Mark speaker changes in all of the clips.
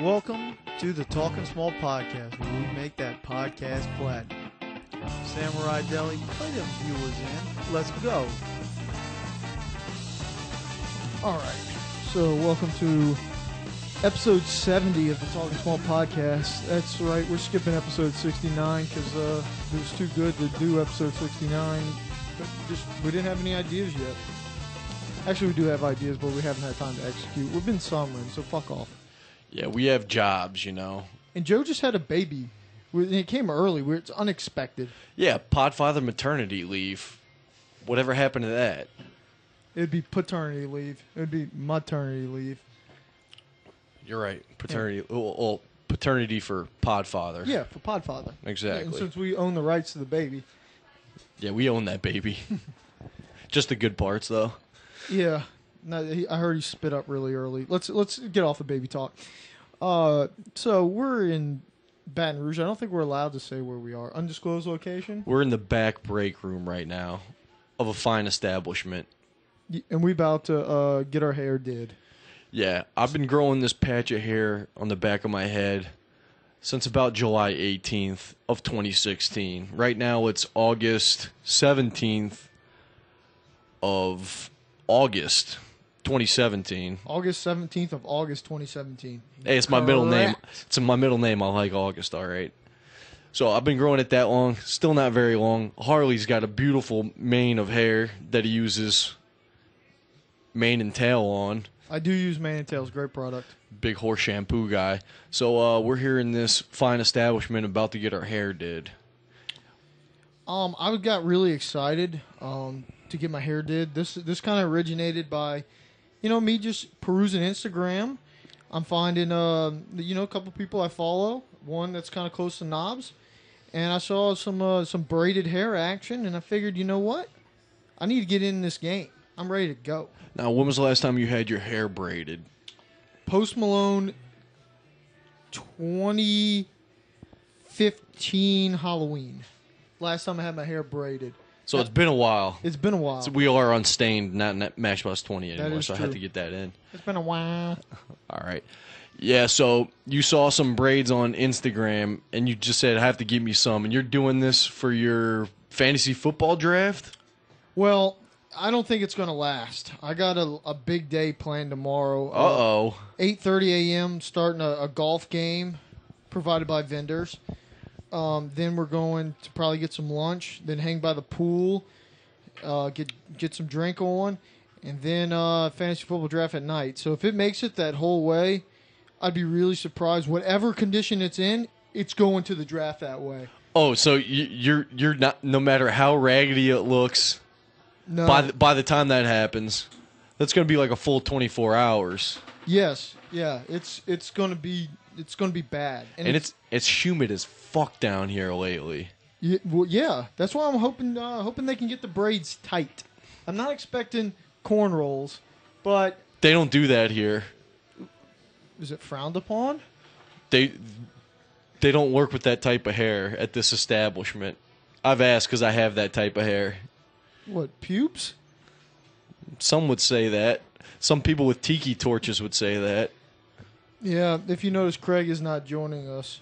Speaker 1: Welcome to the Talking Small podcast, where we make that podcast platinum. Samurai Deli, play them viewers in. Let's go.
Speaker 2: All right. So, welcome to episode 70 of the Talking Small podcast. That's right. We're skipping episode 69 because uh, it was too good to do episode 69. But just we didn't have any ideas yet. Actually, we do have ideas, but we haven't had time to execute. We've been summering, so fuck off.
Speaker 3: Yeah, we have jobs, you know.
Speaker 2: And Joe just had a baby. We- It came early. We're- It's unexpected.
Speaker 3: Yeah, podfather maternity leave. Whatever happened to that?
Speaker 2: It'd be paternity leave. It'd be maternity leave.
Speaker 3: You're right. Paternity, well, well, paternity for podfather.
Speaker 2: Yeah, for Podfather.
Speaker 3: Exactly.
Speaker 2: And since we own the rights to the baby,
Speaker 3: Yeah, we own that baby. Just the good parts, though.
Speaker 2: Yeah, no, he, I heard he spit up really early. Let's let's get off the baby talk. Uh, so we're in Baton Rouge. I don't think we're allowed to say where we are. Undisclosed location,
Speaker 3: We're in the back break room right now of a fine establishment.
Speaker 2: Y- and we about to uh, get our hair did.
Speaker 3: Yeah, I've been growing this patch of hair on the back of my head since about July 18th of 2016. Right now it's August 17th of August 2017.
Speaker 2: August seventeenth of August, twenty seventeen.
Speaker 3: Hey, it's my middle name.
Speaker 2: Correct.
Speaker 3: It's my middle name. I like August, all right. So I've been growing it that long. Still not very long. Harley's got a beautiful mane of hair that he uses mane and tail on.
Speaker 2: I do use Man and Tails, great product.
Speaker 3: big horse shampoo guy. So uh, we're here in this fine establishment about to get our hair did.
Speaker 2: Um, I got really excited um, to get my hair did. This this kind of originated by, you know, me just perusing Instagram. I'm finding, uh, you know, a couple people I follow. One that's kind of close to knobs, and I saw some uh, some braided hair action, and I figured, you know what, I need to get in this game. I'm ready to go.
Speaker 3: Now, when was the last time you had your hair braided?
Speaker 2: Post Malone, 2015 Halloween. Last time I had my hair braided.
Speaker 3: So it's been a while.
Speaker 2: It's been a while.
Speaker 3: So we are unstained, not in Matchbox 20
Speaker 2: That
Speaker 3: anymore,
Speaker 2: is
Speaker 3: so I had
Speaker 2: true.
Speaker 3: to get that in.
Speaker 2: it's been a while.
Speaker 3: All right. Yeah, so you saw some braids on Instagram and you just said, I have to give me some. And you're doing this for your fantasy football draft?
Speaker 2: Well, I don't think it's going to last. I got a, a big day planned tomorrow.
Speaker 3: Uh oh.
Speaker 2: 8.30 a.m. starting a, a golf game provided by vendors. Um, then we're going to probably get some lunch, then hang by the pool, uh, get get some drink on, and then uh, fantasy football draft at night. So if it makes it that whole way, I'd be really surprised. Whatever condition it's in, it's going to the draft that way.
Speaker 3: Oh, so you, you're you're not. No matter how raggedy it looks,
Speaker 2: No.
Speaker 3: by the, by the time that happens, that's going to be like a full 24 hours,
Speaker 2: Yes, yeah, it's it's gonna be it's gonna be bad,
Speaker 3: and it's it's humid as fuck down here lately.
Speaker 2: yeah, well, yeah. That's why I'm hoping uh, hoping they can get the braids tight. I'm not expecting corn rolls, but
Speaker 3: They don't do that here.
Speaker 2: is it frowned upon?
Speaker 3: They they don't work with that type of hair at this establishment. I've asked because I have that type of hair.
Speaker 2: What pubes?
Speaker 3: Some would say that. Some people with tiki torches would say that.
Speaker 2: Yeah, if you notice, Craig is not joining us.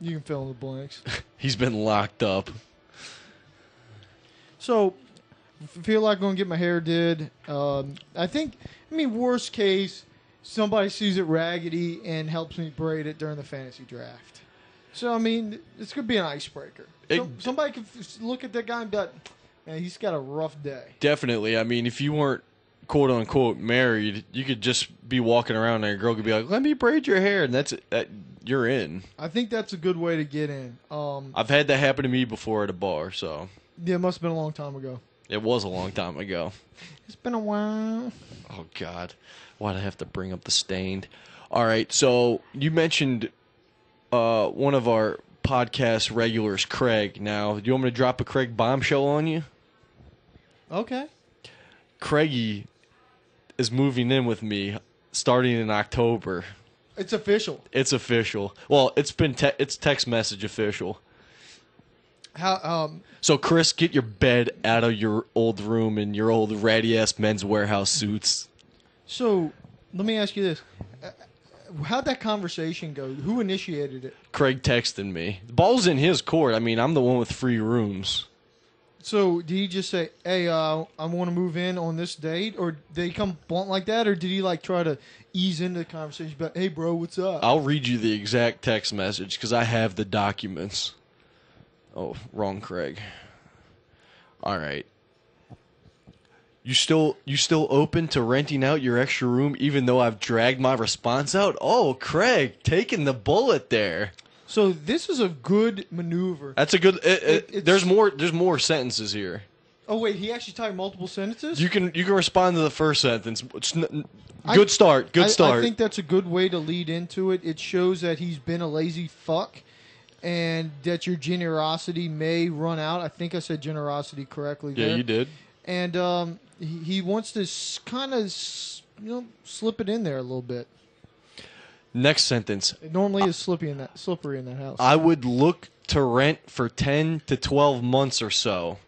Speaker 2: You can fill in the blanks.
Speaker 3: He's been locked up.
Speaker 2: So, f- feel like going to get my hair did. Um, I think, I mean, worst case, somebody sees it raggedy and helps me braid it during the fantasy draft. So, I mean, it's going to be an icebreaker. So,
Speaker 3: It-
Speaker 2: somebody could f- look at that guy and be like, man, he's got a rough day.
Speaker 3: Definitely. I mean, if you weren't quote unquote married, you could just be walking around and a girl could be like, "Let me braid your hair," and that's it. That, you're in.
Speaker 2: I think that's a good way to get in. Um,
Speaker 3: I've had that happen to me before at a bar, so
Speaker 2: yeah, it must have been a long time ago.
Speaker 3: it was a long time ago.
Speaker 2: It's been a while.
Speaker 3: Oh God, why'd I have to bring up the stained? All right, so you mentioned uh, one of our podcast regulars, Craig. Now, do you want me to drop a Craig bombshell on you?
Speaker 2: Okay.
Speaker 3: Craigie is moving in with me starting in October.
Speaker 2: It's official.
Speaker 3: It's official. Well, it's been te- it's text message official.
Speaker 2: How, um,
Speaker 3: So, Chris, get your bed out of your old room and your old ratty ass men's warehouse suits.
Speaker 2: So let me ask you this: Uh, how'd that conversation go? Who initiated it?
Speaker 3: Craig texted me. The ball's in his court. I mean, I'm the one with free rooms.
Speaker 2: So did he just say, "Hey, uh, I want to move in on this date," or did he come blunt like that, or did he like try to ease into the conversation? But hey, bro, what's up?
Speaker 3: I'll read you the exact text message because I have the documents. Oh, wrong, Craig. All right. You still you still open to renting out your extra room even though I've dragged my response out? Oh, Craig, taking the bullet there.
Speaker 2: so this is a good maneuver.
Speaker 3: That's a good. It, it,
Speaker 2: it's-
Speaker 3: there's more. There's more sentences here.
Speaker 2: Oh wait, he actually typed multiple sentences.
Speaker 3: You can you can respond to the first sentence. It's n-
Speaker 2: I-
Speaker 3: good start. Good
Speaker 2: I-
Speaker 3: start.
Speaker 2: I think that's a good way to lead into it. It shows that he's been a lazy fuck and that your generosity may run out. I think I said generosity correctly
Speaker 3: yeah,
Speaker 2: there.
Speaker 3: you did.
Speaker 2: And um, he, he wants to s- kind of s- you know slip it in there a little bit.
Speaker 3: Next sentence.
Speaker 2: It normally is slippery in that slippery in that house.
Speaker 3: I would look to rent for ten to twelve months or so.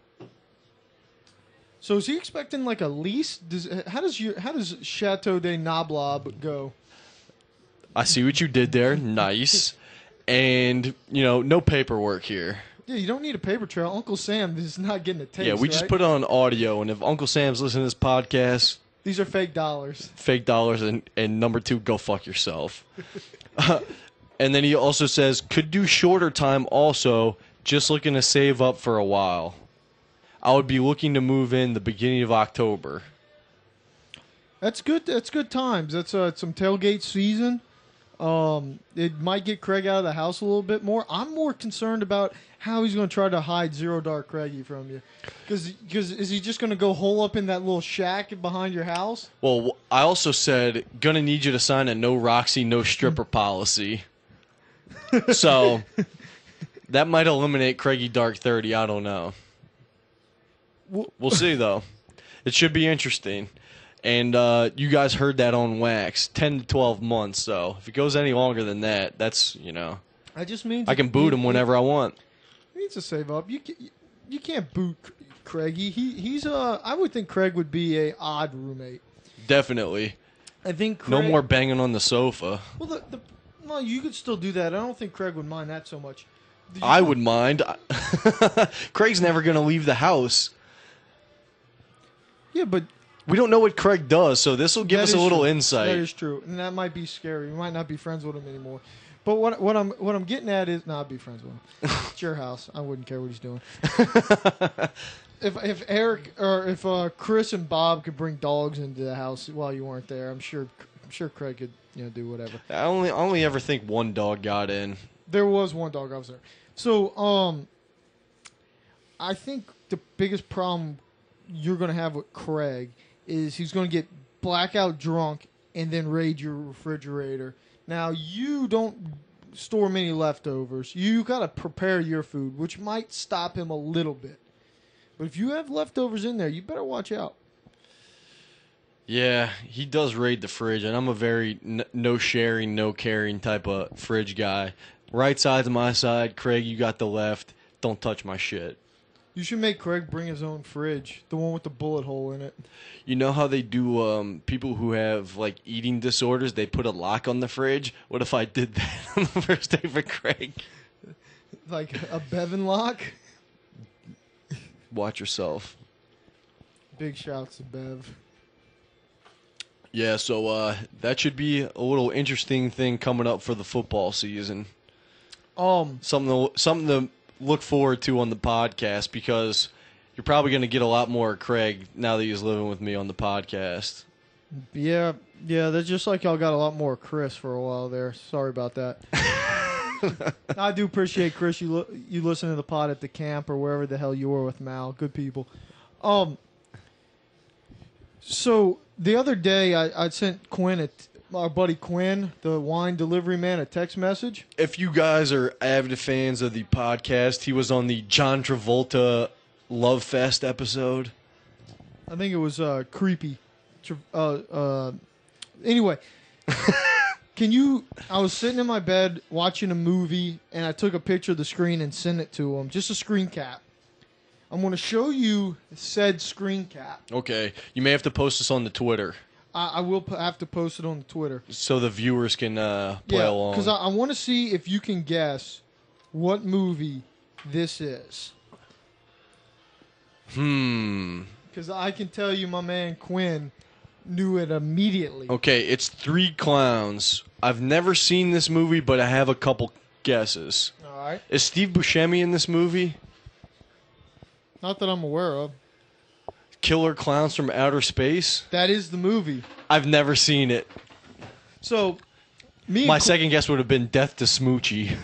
Speaker 2: so is he expecting like a lease? Does how does your how does Chateau de Nablob go?
Speaker 3: I see what you did there. Nice. And you know, no paperwork here.
Speaker 2: Yeah, you don't need a paper trail. Uncle Sam is not getting a taste.
Speaker 3: yeah, we just
Speaker 2: right?
Speaker 3: put it on audio, and if Uncle Sam's listening to this podcast,
Speaker 2: these are fake dollars.
Speaker 3: fake dollars, and and number two, go fuck yourself. Uh, and then he also says, could do shorter time. Also, just looking to save up for a while. I would be looking to move in the beginning of October.
Speaker 2: That's good. That's good times. That's uh, some tailgate season. Um, it might get Craig out of the house a little bit more. I'm more concerned about how he's going to try to hide Zero Dark Craigie from you, because is he just going to go hole up in that little shack behind your house?
Speaker 3: Well, wh- I also said gonna need you to sign a no Roxy, no stripper policy. So that might eliminate Craigie Dark Thirty. I don't know.
Speaker 2: Wh-
Speaker 3: We'll see though. It should be interesting. And uh, you guys heard that on wax, ten to twelve months. So if it goes any longer than that, that's you know
Speaker 2: I just mean
Speaker 3: I can boot him whenever I want.
Speaker 2: He needs to save up. You can, you can't boot Craigie. He he's uh I would think Craig would be a odd roommate.
Speaker 3: Definitely.
Speaker 2: I think Craig,
Speaker 3: No more banging on the sofa.
Speaker 2: Well, the, the well you could still do that. I don't think Craig would mind that so much.
Speaker 3: I would mind. Craig's never gonna leave the house.
Speaker 2: Yeah, but
Speaker 3: We don't know what Craig does, so this will give
Speaker 2: That
Speaker 3: us a
Speaker 2: is
Speaker 3: little
Speaker 2: true. That
Speaker 3: insight.
Speaker 2: is true, and that might be scary. We might not be friends with him anymore. But what what I'm what I'm getting at is, nah, I'd be friends with him. it's your house. I wouldn't care what he's doing. if if Eric or if uh, Chris and Bob could bring dogs into the house while you weren't there, I'm sure I'm sure Craig could you know do whatever.
Speaker 3: I only I only ever think one dog got in.
Speaker 2: There was one dog officer. So, um, I think the biggest problem you're going to have with Craig is he's going to get blackout drunk and then raid your refrigerator. Now, you don't store many leftovers. You got to prepare your food, which might stop him a little bit. But if you have leftovers in there, you better watch out.
Speaker 3: Yeah, he does raid the fridge, and I'm a very n- no sharing, no caring type of fridge guy. Right side's my side. Craig, you got the left. Don't touch my shit.
Speaker 2: You should make Craig bring his own fridge, the one with the bullet hole in it.
Speaker 3: You know how they do um, people who have like eating disorders? They put a lock on the fridge. What if I did that on the first day for Craig?
Speaker 2: Like a Bevan lock.
Speaker 3: Watch yourself.
Speaker 2: Big shouts to Bev.
Speaker 3: Yeah, so uh, that should be a little interesting thing coming up for the football season.
Speaker 2: Um,
Speaker 3: something to, something to look forward to on the podcast because you're probably going to get a lot more of Craig now that he's living with me on the podcast.
Speaker 2: Yeah, yeah, that's just like y'all got a lot more Chris for a while there. Sorry about that. I do appreciate Chris. You lo- you listen to the pod at the camp or wherever the hell you were with Mal. Good people. Um. So the other day, I, I sent Quinn, a t- our buddy Quinn, the wine delivery man, a text message.
Speaker 3: If you guys are avid fans of the podcast, he was on the John Travolta Love Fest episode.
Speaker 2: I think it was uh, creepy. Tr- Uh, uh, anyway, can you? I was sitting in my bed watching a movie, and I took a picture of the screen and sent it to him. Just a screen cap. I'm going to show you said screen cap.
Speaker 3: Okay, you may have to post this on the Twitter.
Speaker 2: I, I will p- have to post it on Twitter.
Speaker 3: so the viewers can uh, play along.
Speaker 2: Because I, I want to see if you can guess what movie this is.
Speaker 3: hmm.
Speaker 2: Because I can tell you, my man Quinn knew it immediately.
Speaker 3: Okay, it's Three Clowns. I've never seen this movie, but I have a couple guesses.
Speaker 2: All right.
Speaker 3: Is Steve Buscemi in this movie?
Speaker 2: Not that I'm aware of.
Speaker 3: Killer Clowns from Outer Space?
Speaker 2: That is the movie.
Speaker 3: I've never seen it.
Speaker 2: So, me and
Speaker 3: My
Speaker 2: Qu-
Speaker 3: second guess would have been Death to Smoochie.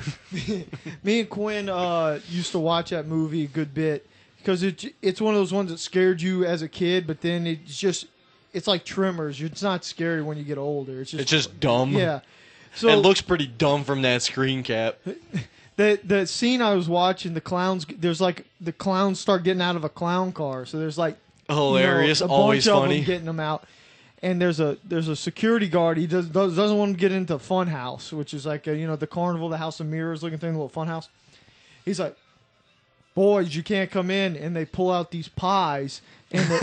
Speaker 2: me and Quinn uh, used to watch that movie a good bit because it, it's one of those ones that scared you as a kid, but then it's just it's like Tremors. It's not scary when you get older. It's just
Speaker 3: it's just dumb.
Speaker 2: yeah. So
Speaker 3: it looks pretty dumb from that screen cap.
Speaker 2: the the scene I was watching, the clowns. There's like the clowns start getting out of a clown car. So there's like you know,
Speaker 3: Hilarious,
Speaker 2: a bunch
Speaker 3: always
Speaker 2: of
Speaker 3: funny.
Speaker 2: them getting them out. And there's a there's a security guard. He does, does doesn't want them to get into Funhouse, which is like a, you know the carnival, the House of Mirrors looking thing, the little Funhouse. He's like, boys, you can't come in. And they pull out these pies, and, they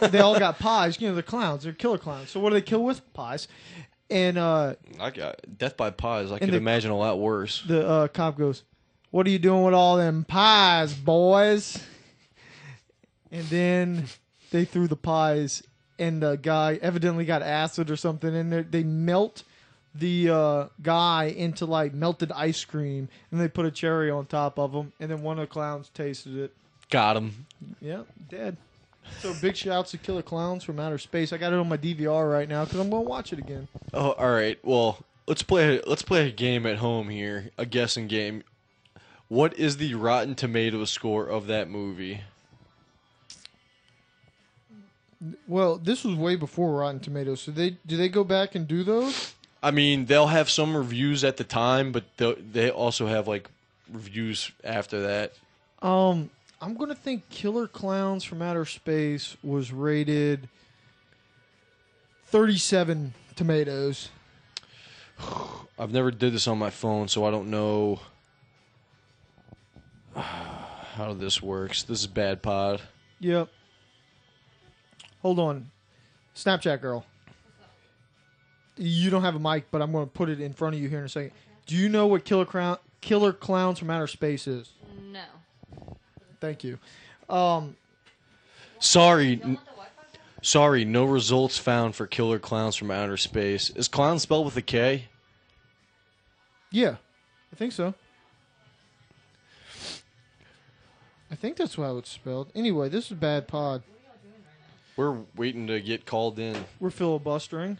Speaker 2: and they all got pies. You know they're clowns, they're killer clowns. So what do they kill with pies? And uh,
Speaker 3: I got Death by Pies. I could
Speaker 2: the-
Speaker 3: imagine a lot worse.
Speaker 2: the uh, cop goes, "What are you doing with all them pies, boys?" And then they threw the pies, and the guy evidently got acid or something, and they- they melt the uh, guy into like melted ice cream, and they put a cherry on top of him, and then one of the clowns tasted it.
Speaker 3: Got him.
Speaker 2: Yeah, dead. So big shouts to Killer Clowns from Outer Space. I got it on my DVR right now because I'm gonna watch it again.
Speaker 3: Oh, all right. Well, let's play. Let's play a game at home here. A guessing game. What is the Rotten Tomatoes score of that movie?
Speaker 2: Well, this was way before Rotten Tomatoes, so they do they go back and do those?
Speaker 3: I mean, they'll have some reviews at the time, but they'll- they also have like reviews after that.
Speaker 2: Um, I'm gonna think Killer Clowns from Outer Space was rated 37 tomatoes.
Speaker 3: I've never did this on my phone, so I don't know how this works. This is bad pod.
Speaker 2: Yep. Hold on, Snapchat girl. You don't have a mic, but I'm gonna put it in front of you here in a second. Do you know what Killer Crown, Killer Clowns from Outer Space is?
Speaker 4: No.
Speaker 2: Thank you. Um,
Speaker 3: Sorry, n- sorry, no results found for Killer Clowns from Outer Space. Is clown spelled with a K?
Speaker 2: yeah, I think so. I think that's how it's spelled. Anyway, this is bad pod.
Speaker 3: We're waiting to get called in.
Speaker 2: We're filibustering.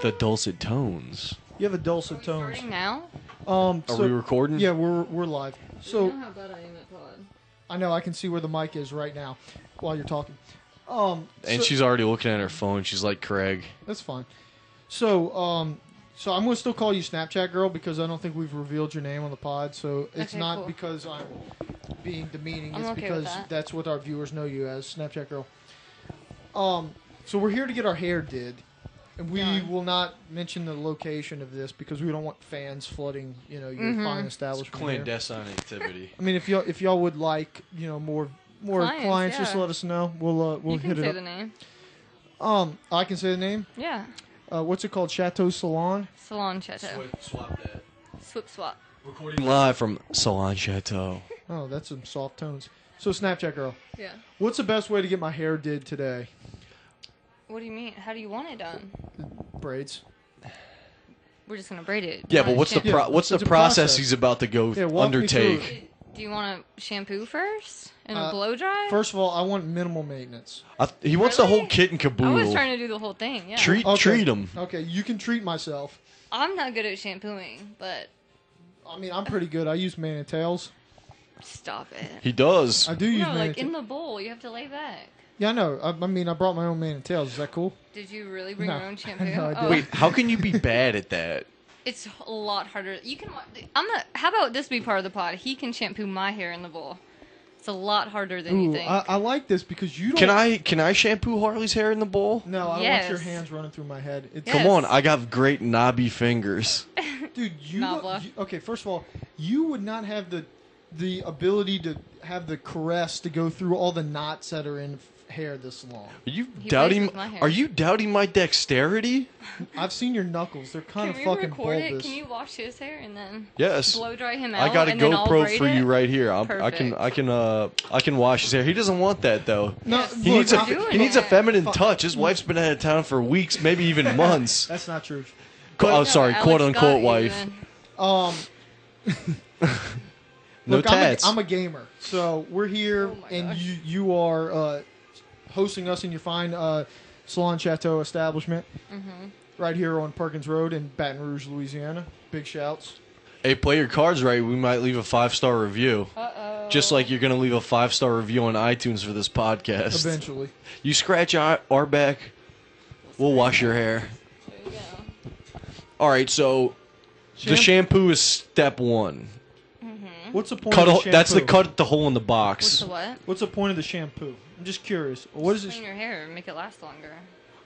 Speaker 3: The dulcet tones.
Speaker 2: You have a dulcet tones.
Speaker 4: Starting now?
Speaker 2: Um,
Speaker 3: Are
Speaker 2: so-
Speaker 3: we recording?
Speaker 2: yeah, we're we're live. So
Speaker 4: how bad I am at pod.
Speaker 2: I know I can see where the mic is right now while you're talking. Um,
Speaker 3: And
Speaker 2: so-
Speaker 3: she's already looking at her phone. She's like Craig.
Speaker 2: that's fine. So um, so I'm gonna still call you Snapchat girl because I don't think we've revealed your name on the pod. So it's
Speaker 4: Okay,
Speaker 2: not
Speaker 4: cool.
Speaker 2: because I'm being demeaning.
Speaker 4: I'm
Speaker 2: it's
Speaker 4: okay with
Speaker 2: because
Speaker 4: that.
Speaker 2: that's what our viewers know you as, Snapchat girl. Um, so we're here to get our hair did, and we
Speaker 4: Done.
Speaker 2: will not mention the location of this because we don't want fans flooding, you know, your
Speaker 4: Mhm.
Speaker 2: fine establishment. here.
Speaker 3: Clandestine activity.
Speaker 2: I mean, if y'all if y'all would like, you know, more more clients,
Speaker 4: Clients,
Speaker 2: just
Speaker 4: yeah.
Speaker 2: let us know. We'll uh, we'll
Speaker 4: you can
Speaker 2: hit
Speaker 4: say
Speaker 2: it
Speaker 4: the
Speaker 2: up.
Speaker 4: name.
Speaker 2: Um, I can say the name.
Speaker 4: Yeah.
Speaker 2: Uh, what's it called? Chateau Salon.
Speaker 4: Salon Chateau.
Speaker 3: Swap that.
Speaker 4: Swip swap.
Speaker 3: Recording live from Salon Chateau.
Speaker 2: Oh, that's some soft tones. So Snapchat girl,
Speaker 4: Yeah.
Speaker 2: what's the best way to get my hair did today?
Speaker 4: What do you mean? How do you want it done?
Speaker 2: Braids.
Speaker 4: We're just gonna braid it.
Speaker 3: Yeah,
Speaker 4: Wanna
Speaker 3: but what's the
Speaker 4: shampoo-
Speaker 3: pro- what's the
Speaker 2: It's a
Speaker 3: process,
Speaker 2: process.
Speaker 3: he's about to go
Speaker 2: Yeah, walk me through
Speaker 3: undertake?
Speaker 4: Do you want to shampoo first and
Speaker 2: Uh,
Speaker 4: a blow dry?
Speaker 2: First of all, I want minimal maintenance.
Speaker 3: I, he wants the
Speaker 4: Really?
Speaker 3: whole kit and
Speaker 4: I was
Speaker 3: caboodle.
Speaker 4: trying to do the whole thing. Yeah.
Speaker 3: treat
Speaker 2: Okay.
Speaker 3: treat him.
Speaker 2: Okay, you can treat myself.
Speaker 4: I'm not good at shampooing, but
Speaker 2: I mean, I'm pretty good. I use man and tails.
Speaker 4: stop it.
Speaker 3: He does.
Speaker 2: I do use
Speaker 4: No,
Speaker 2: man
Speaker 4: like
Speaker 2: and
Speaker 4: in
Speaker 2: tails.
Speaker 4: the bowl, you have to lay back.
Speaker 2: Yeah, I know. I, I mean, I brought my own man and tails. Is that cool?
Speaker 4: Did you really bring
Speaker 2: No.
Speaker 4: your own shampoo?
Speaker 2: No, I
Speaker 4: Oh.
Speaker 2: didn't.
Speaker 3: Wait, how can you be bad at that?
Speaker 4: It's a lot harder. You can. wa- I'm not. How about this be part of the pod? He can shampoo my hair in the bowl. It's a lot harder than you
Speaker 2: Ooh,
Speaker 4: think.
Speaker 2: I, I like this because you don't.
Speaker 3: Can I can I shampoo Harley's hair in the bowl?
Speaker 2: No, I don't want your
Speaker 4: Yes.
Speaker 2: hands running through my head. It's
Speaker 4: Yeah.
Speaker 3: Come
Speaker 4: Yes.
Speaker 3: on, I got great knobby fingers.
Speaker 2: Dude, you,
Speaker 4: Not
Speaker 2: would-
Speaker 4: bluff.
Speaker 2: you- okay? First of all, you would not have the the ability to have the caress to go through all the knots that are in f- hair this long.
Speaker 3: Are you
Speaker 4: He
Speaker 3: doubting?
Speaker 4: raises my hair.
Speaker 3: Are you doubting my dexterity?
Speaker 2: I've seen your knuckles; they're kind
Speaker 4: Can
Speaker 2: of
Speaker 4: we
Speaker 2: fucking
Speaker 4: record
Speaker 2: bulbous.
Speaker 4: it? Can you wash his hair and then
Speaker 3: Yes.
Speaker 4: blow dry him out?
Speaker 3: I got a
Speaker 4: and then I'll
Speaker 3: GoPro
Speaker 4: braid
Speaker 3: for you
Speaker 4: it?
Speaker 3: right here. I'm, I can
Speaker 4: Perfect.
Speaker 3: I can uh I can wash his hair. He doesn't want that though.
Speaker 2: No,
Speaker 4: Yes.
Speaker 3: He
Speaker 2: look,
Speaker 3: needs a
Speaker 2: I-
Speaker 4: doing
Speaker 3: he needs a
Speaker 4: it.
Speaker 3: feminine
Speaker 2: Fuck.
Speaker 3: touch. His wife's been out of town for weeks, maybe even months.
Speaker 2: that's not true.
Speaker 3: Qu- oh,
Speaker 4: No,
Speaker 3: sorry,
Speaker 4: Alex
Speaker 3: quote
Speaker 4: got
Speaker 3: unquote
Speaker 4: you
Speaker 3: wife.
Speaker 4: then.
Speaker 2: Um,
Speaker 3: No
Speaker 2: Look,
Speaker 3: tats.
Speaker 2: I'm a, I'm a gamer, so we're here,
Speaker 4: Oh my
Speaker 2: and
Speaker 4: gosh.
Speaker 2: you you are uh, hosting us in your fine uh, Salon Chateau establishment
Speaker 4: Mm-hmm.
Speaker 2: right here on Perkins Road in Baton Rouge, Louisiana. Big shouts.
Speaker 3: hey, play your cards right. We might leave a five star review,
Speaker 4: Uh-oh.
Speaker 3: just like you're gonna leave a five star review on iTunes for this podcast.
Speaker 2: Eventually,
Speaker 4: Mm-hmm.
Speaker 3: You scratch our, our back, we'll wash your hair.
Speaker 4: There you go.
Speaker 3: All right, so the
Speaker 2: Shamp-
Speaker 3: shampoo is step one.
Speaker 2: What's the point?
Speaker 3: Cut.
Speaker 2: of
Speaker 3: A,
Speaker 2: the
Speaker 3: that's the
Speaker 2: shampoo?
Speaker 3: cut the hole in the
Speaker 4: What's
Speaker 3: box.
Speaker 4: the what?
Speaker 2: What's the point of the shampoo? I'm just curious. What is
Speaker 4: Clean
Speaker 2: it?
Speaker 4: your hair, make it last longer.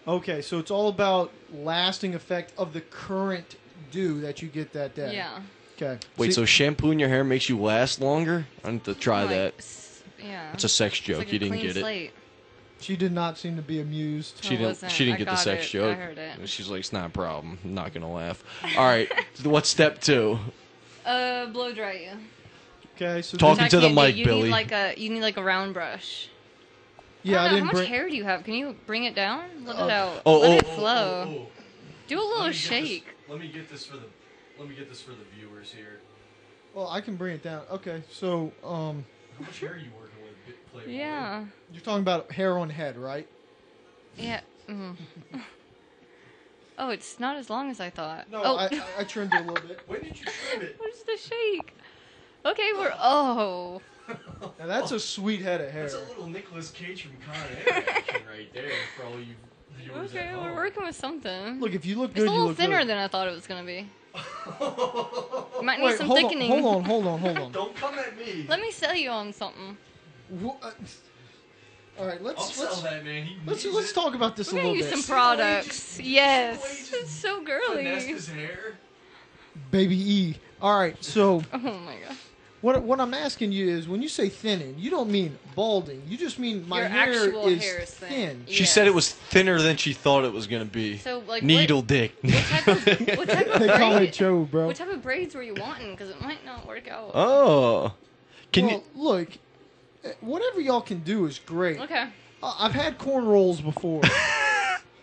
Speaker 2: Okay, so it's all about lasting effect of the current dew that you get that day.
Speaker 4: Yeah.
Speaker 2: Okay.
Speaker 3: Wait,
Speaker 2: See-
Speaker 3: so shampooing your hair makes you last longer? I need to try
Speaker 4: Like,
Speaker 3: that.
Speaker 4: s- Yeah.
Speaker 3: It's a sex joke.
Speaker 4: like a
Speaker 3: you didn't
Speaker 4: clean
Speaker 3: get it.
Speaker 4: slate.
Speaker 2: she did not seem to be amused.
Speaker 3: She
Speaker 4: I
Speaker 3: didn't.
Speaker 4: wasn't.
Speaker 3: She didn't
Speaker 4: I
Speaker 3: get the
Speaker 4: got
Speaker 3: sex
Speaker 4: it. I
Speaker 3: joke.
Speaker 4: heard it.
Speaker 3: And She's like, "It's not a problem. I'm not gonna laugh." All right. What's step two?
Speaker 4: Uh, blow dry you.
Speaker 2: Okay, so
Speaker 3: Talk-
Speaker 4: Which I
Speaker 3: to the
Speaker 4: can't do.
Speaker 3: mic,
Speaker 4: you
Speaker 3: Billy.
Speaker 4: Need like a, you need like a round brush.
Speaker 2: yeah, I
Speaker 4: I, don't know,
Speaker 2: didn't
Speaker 4: How
Speaker 2: bring.
Speaker 4: much hair do you have? Can you bring it down? Let
Speaker 2: Uh,
Speaker 4: it out.
Speaker 3: Oh,
Speaker 4: Let
Speaker 3: oh,
Speaker 4: it
Speaker 3: oh,
Speaker 4: flow.
Speaker 3: oh, oh.
Speaker 4: Do a little
Speaker 3: Let me get this-
Speaker 4: shake.
Speaker 3: let me get this for the. Let me get this for the viewers here.
Speaker 2: Well, I can bring it down. Okay, so um,
Speaker 3: How much hair are you working with, bit- Playboy?
Speaker 4: Yeah.
Speaker 2: you're talking about hair on head, right?
Speaker 4: Yeah. Mm. oh, it's not as long as I thought.
Speaker 2: No,
Speaker 4: oh.
Speaker 2: I, I, I trimmed it a little bit.
Speaker 3: When did you trim it?
Speaker 4: Where's the shake? Okay, we're oh.
Speaker 2: Now that's a sweet head of hair.
Speaker 3: That's a little Nicolas Cage from Con Air action right there for all you viewers
Speaker 4: Okay,
Speaker 3: at
Speaker 4: we're
Speaker 3: home.
Speaker 4: working with something.
Speaker 2: Look, if you look
Speaker 4: it's
Speaker 2: good, you
Speaker 4: a little
Speaker 2: look
Speaker 4: thinner
Speaker 2: good.
Speaker 4: than I thought it was gonna be. Might need
Speaker 2: Wait,
Speaker 4: some
Speaker 2: hold
Speaker 4: thickening.
Speaker 2: on, hold on, hold on, hold on.
Speaker 3: Don't come at me.
Speaker 4: Let me sell you on something.
Speaker 2: Wha- uh, all right,
Speaker 3: I'll
Speaker 2: let's
Speaker 3: sell
Speaker 2: let's
Speaker 3: that man. He
Speaker 2: let's
Speaker 3: needs
Speaker 2: let's
Speaker 3: it.
Speaker 2: talk about this
Speaker 4: We're
Speaker 2: a
Speaker 4: gonna
Speaker 2: little
Speaker 4: use
Speaker 2: bit.
Speaker 4: some
Speaker 3: See
Speaker 4: products.
Speaker 3: the way you
Speaker 4: Yes,
Speaker 3: just
Speaker 4: it's so
Speaker 3: Finessed
Speaker 4: girly.
Speaker 3: his hair.
Speaker 2: Baby E. All right, so
Speaker 4: Oh my god,
Speaker 2: what what I'm asking you is, when you say thinning, you don't mean balding. You just mean my
Speaker 4: Your
Speaker 2: hair,
Speaker 4: actual
Speaker 2: is
Speaker 4: hair is
Speaker 2: thin.
Speaker 4: thin.
Speaker 3: She
Speaker 4: Yes.
Speaker 3: said it was thinner than she thought it was gonna be.
Speaker 4: So, like, what-
Speaker 3: needle dick.
Speaker 4: what type of what type of,
Speaker 2: They call it
Speaker 4: braid,
Speaker 2: Joe, bro.
Speaker 4: what type of braids were you wanting? Because it might not work out.
Speaker 3: oh, can
Speaker 2: well,
Speaker 3: you?
Speaker 2: look, eh, whatever y'all can do is great.
Speaker 4: Okay,
Speaker 2: Uh, I've had corn rolls before.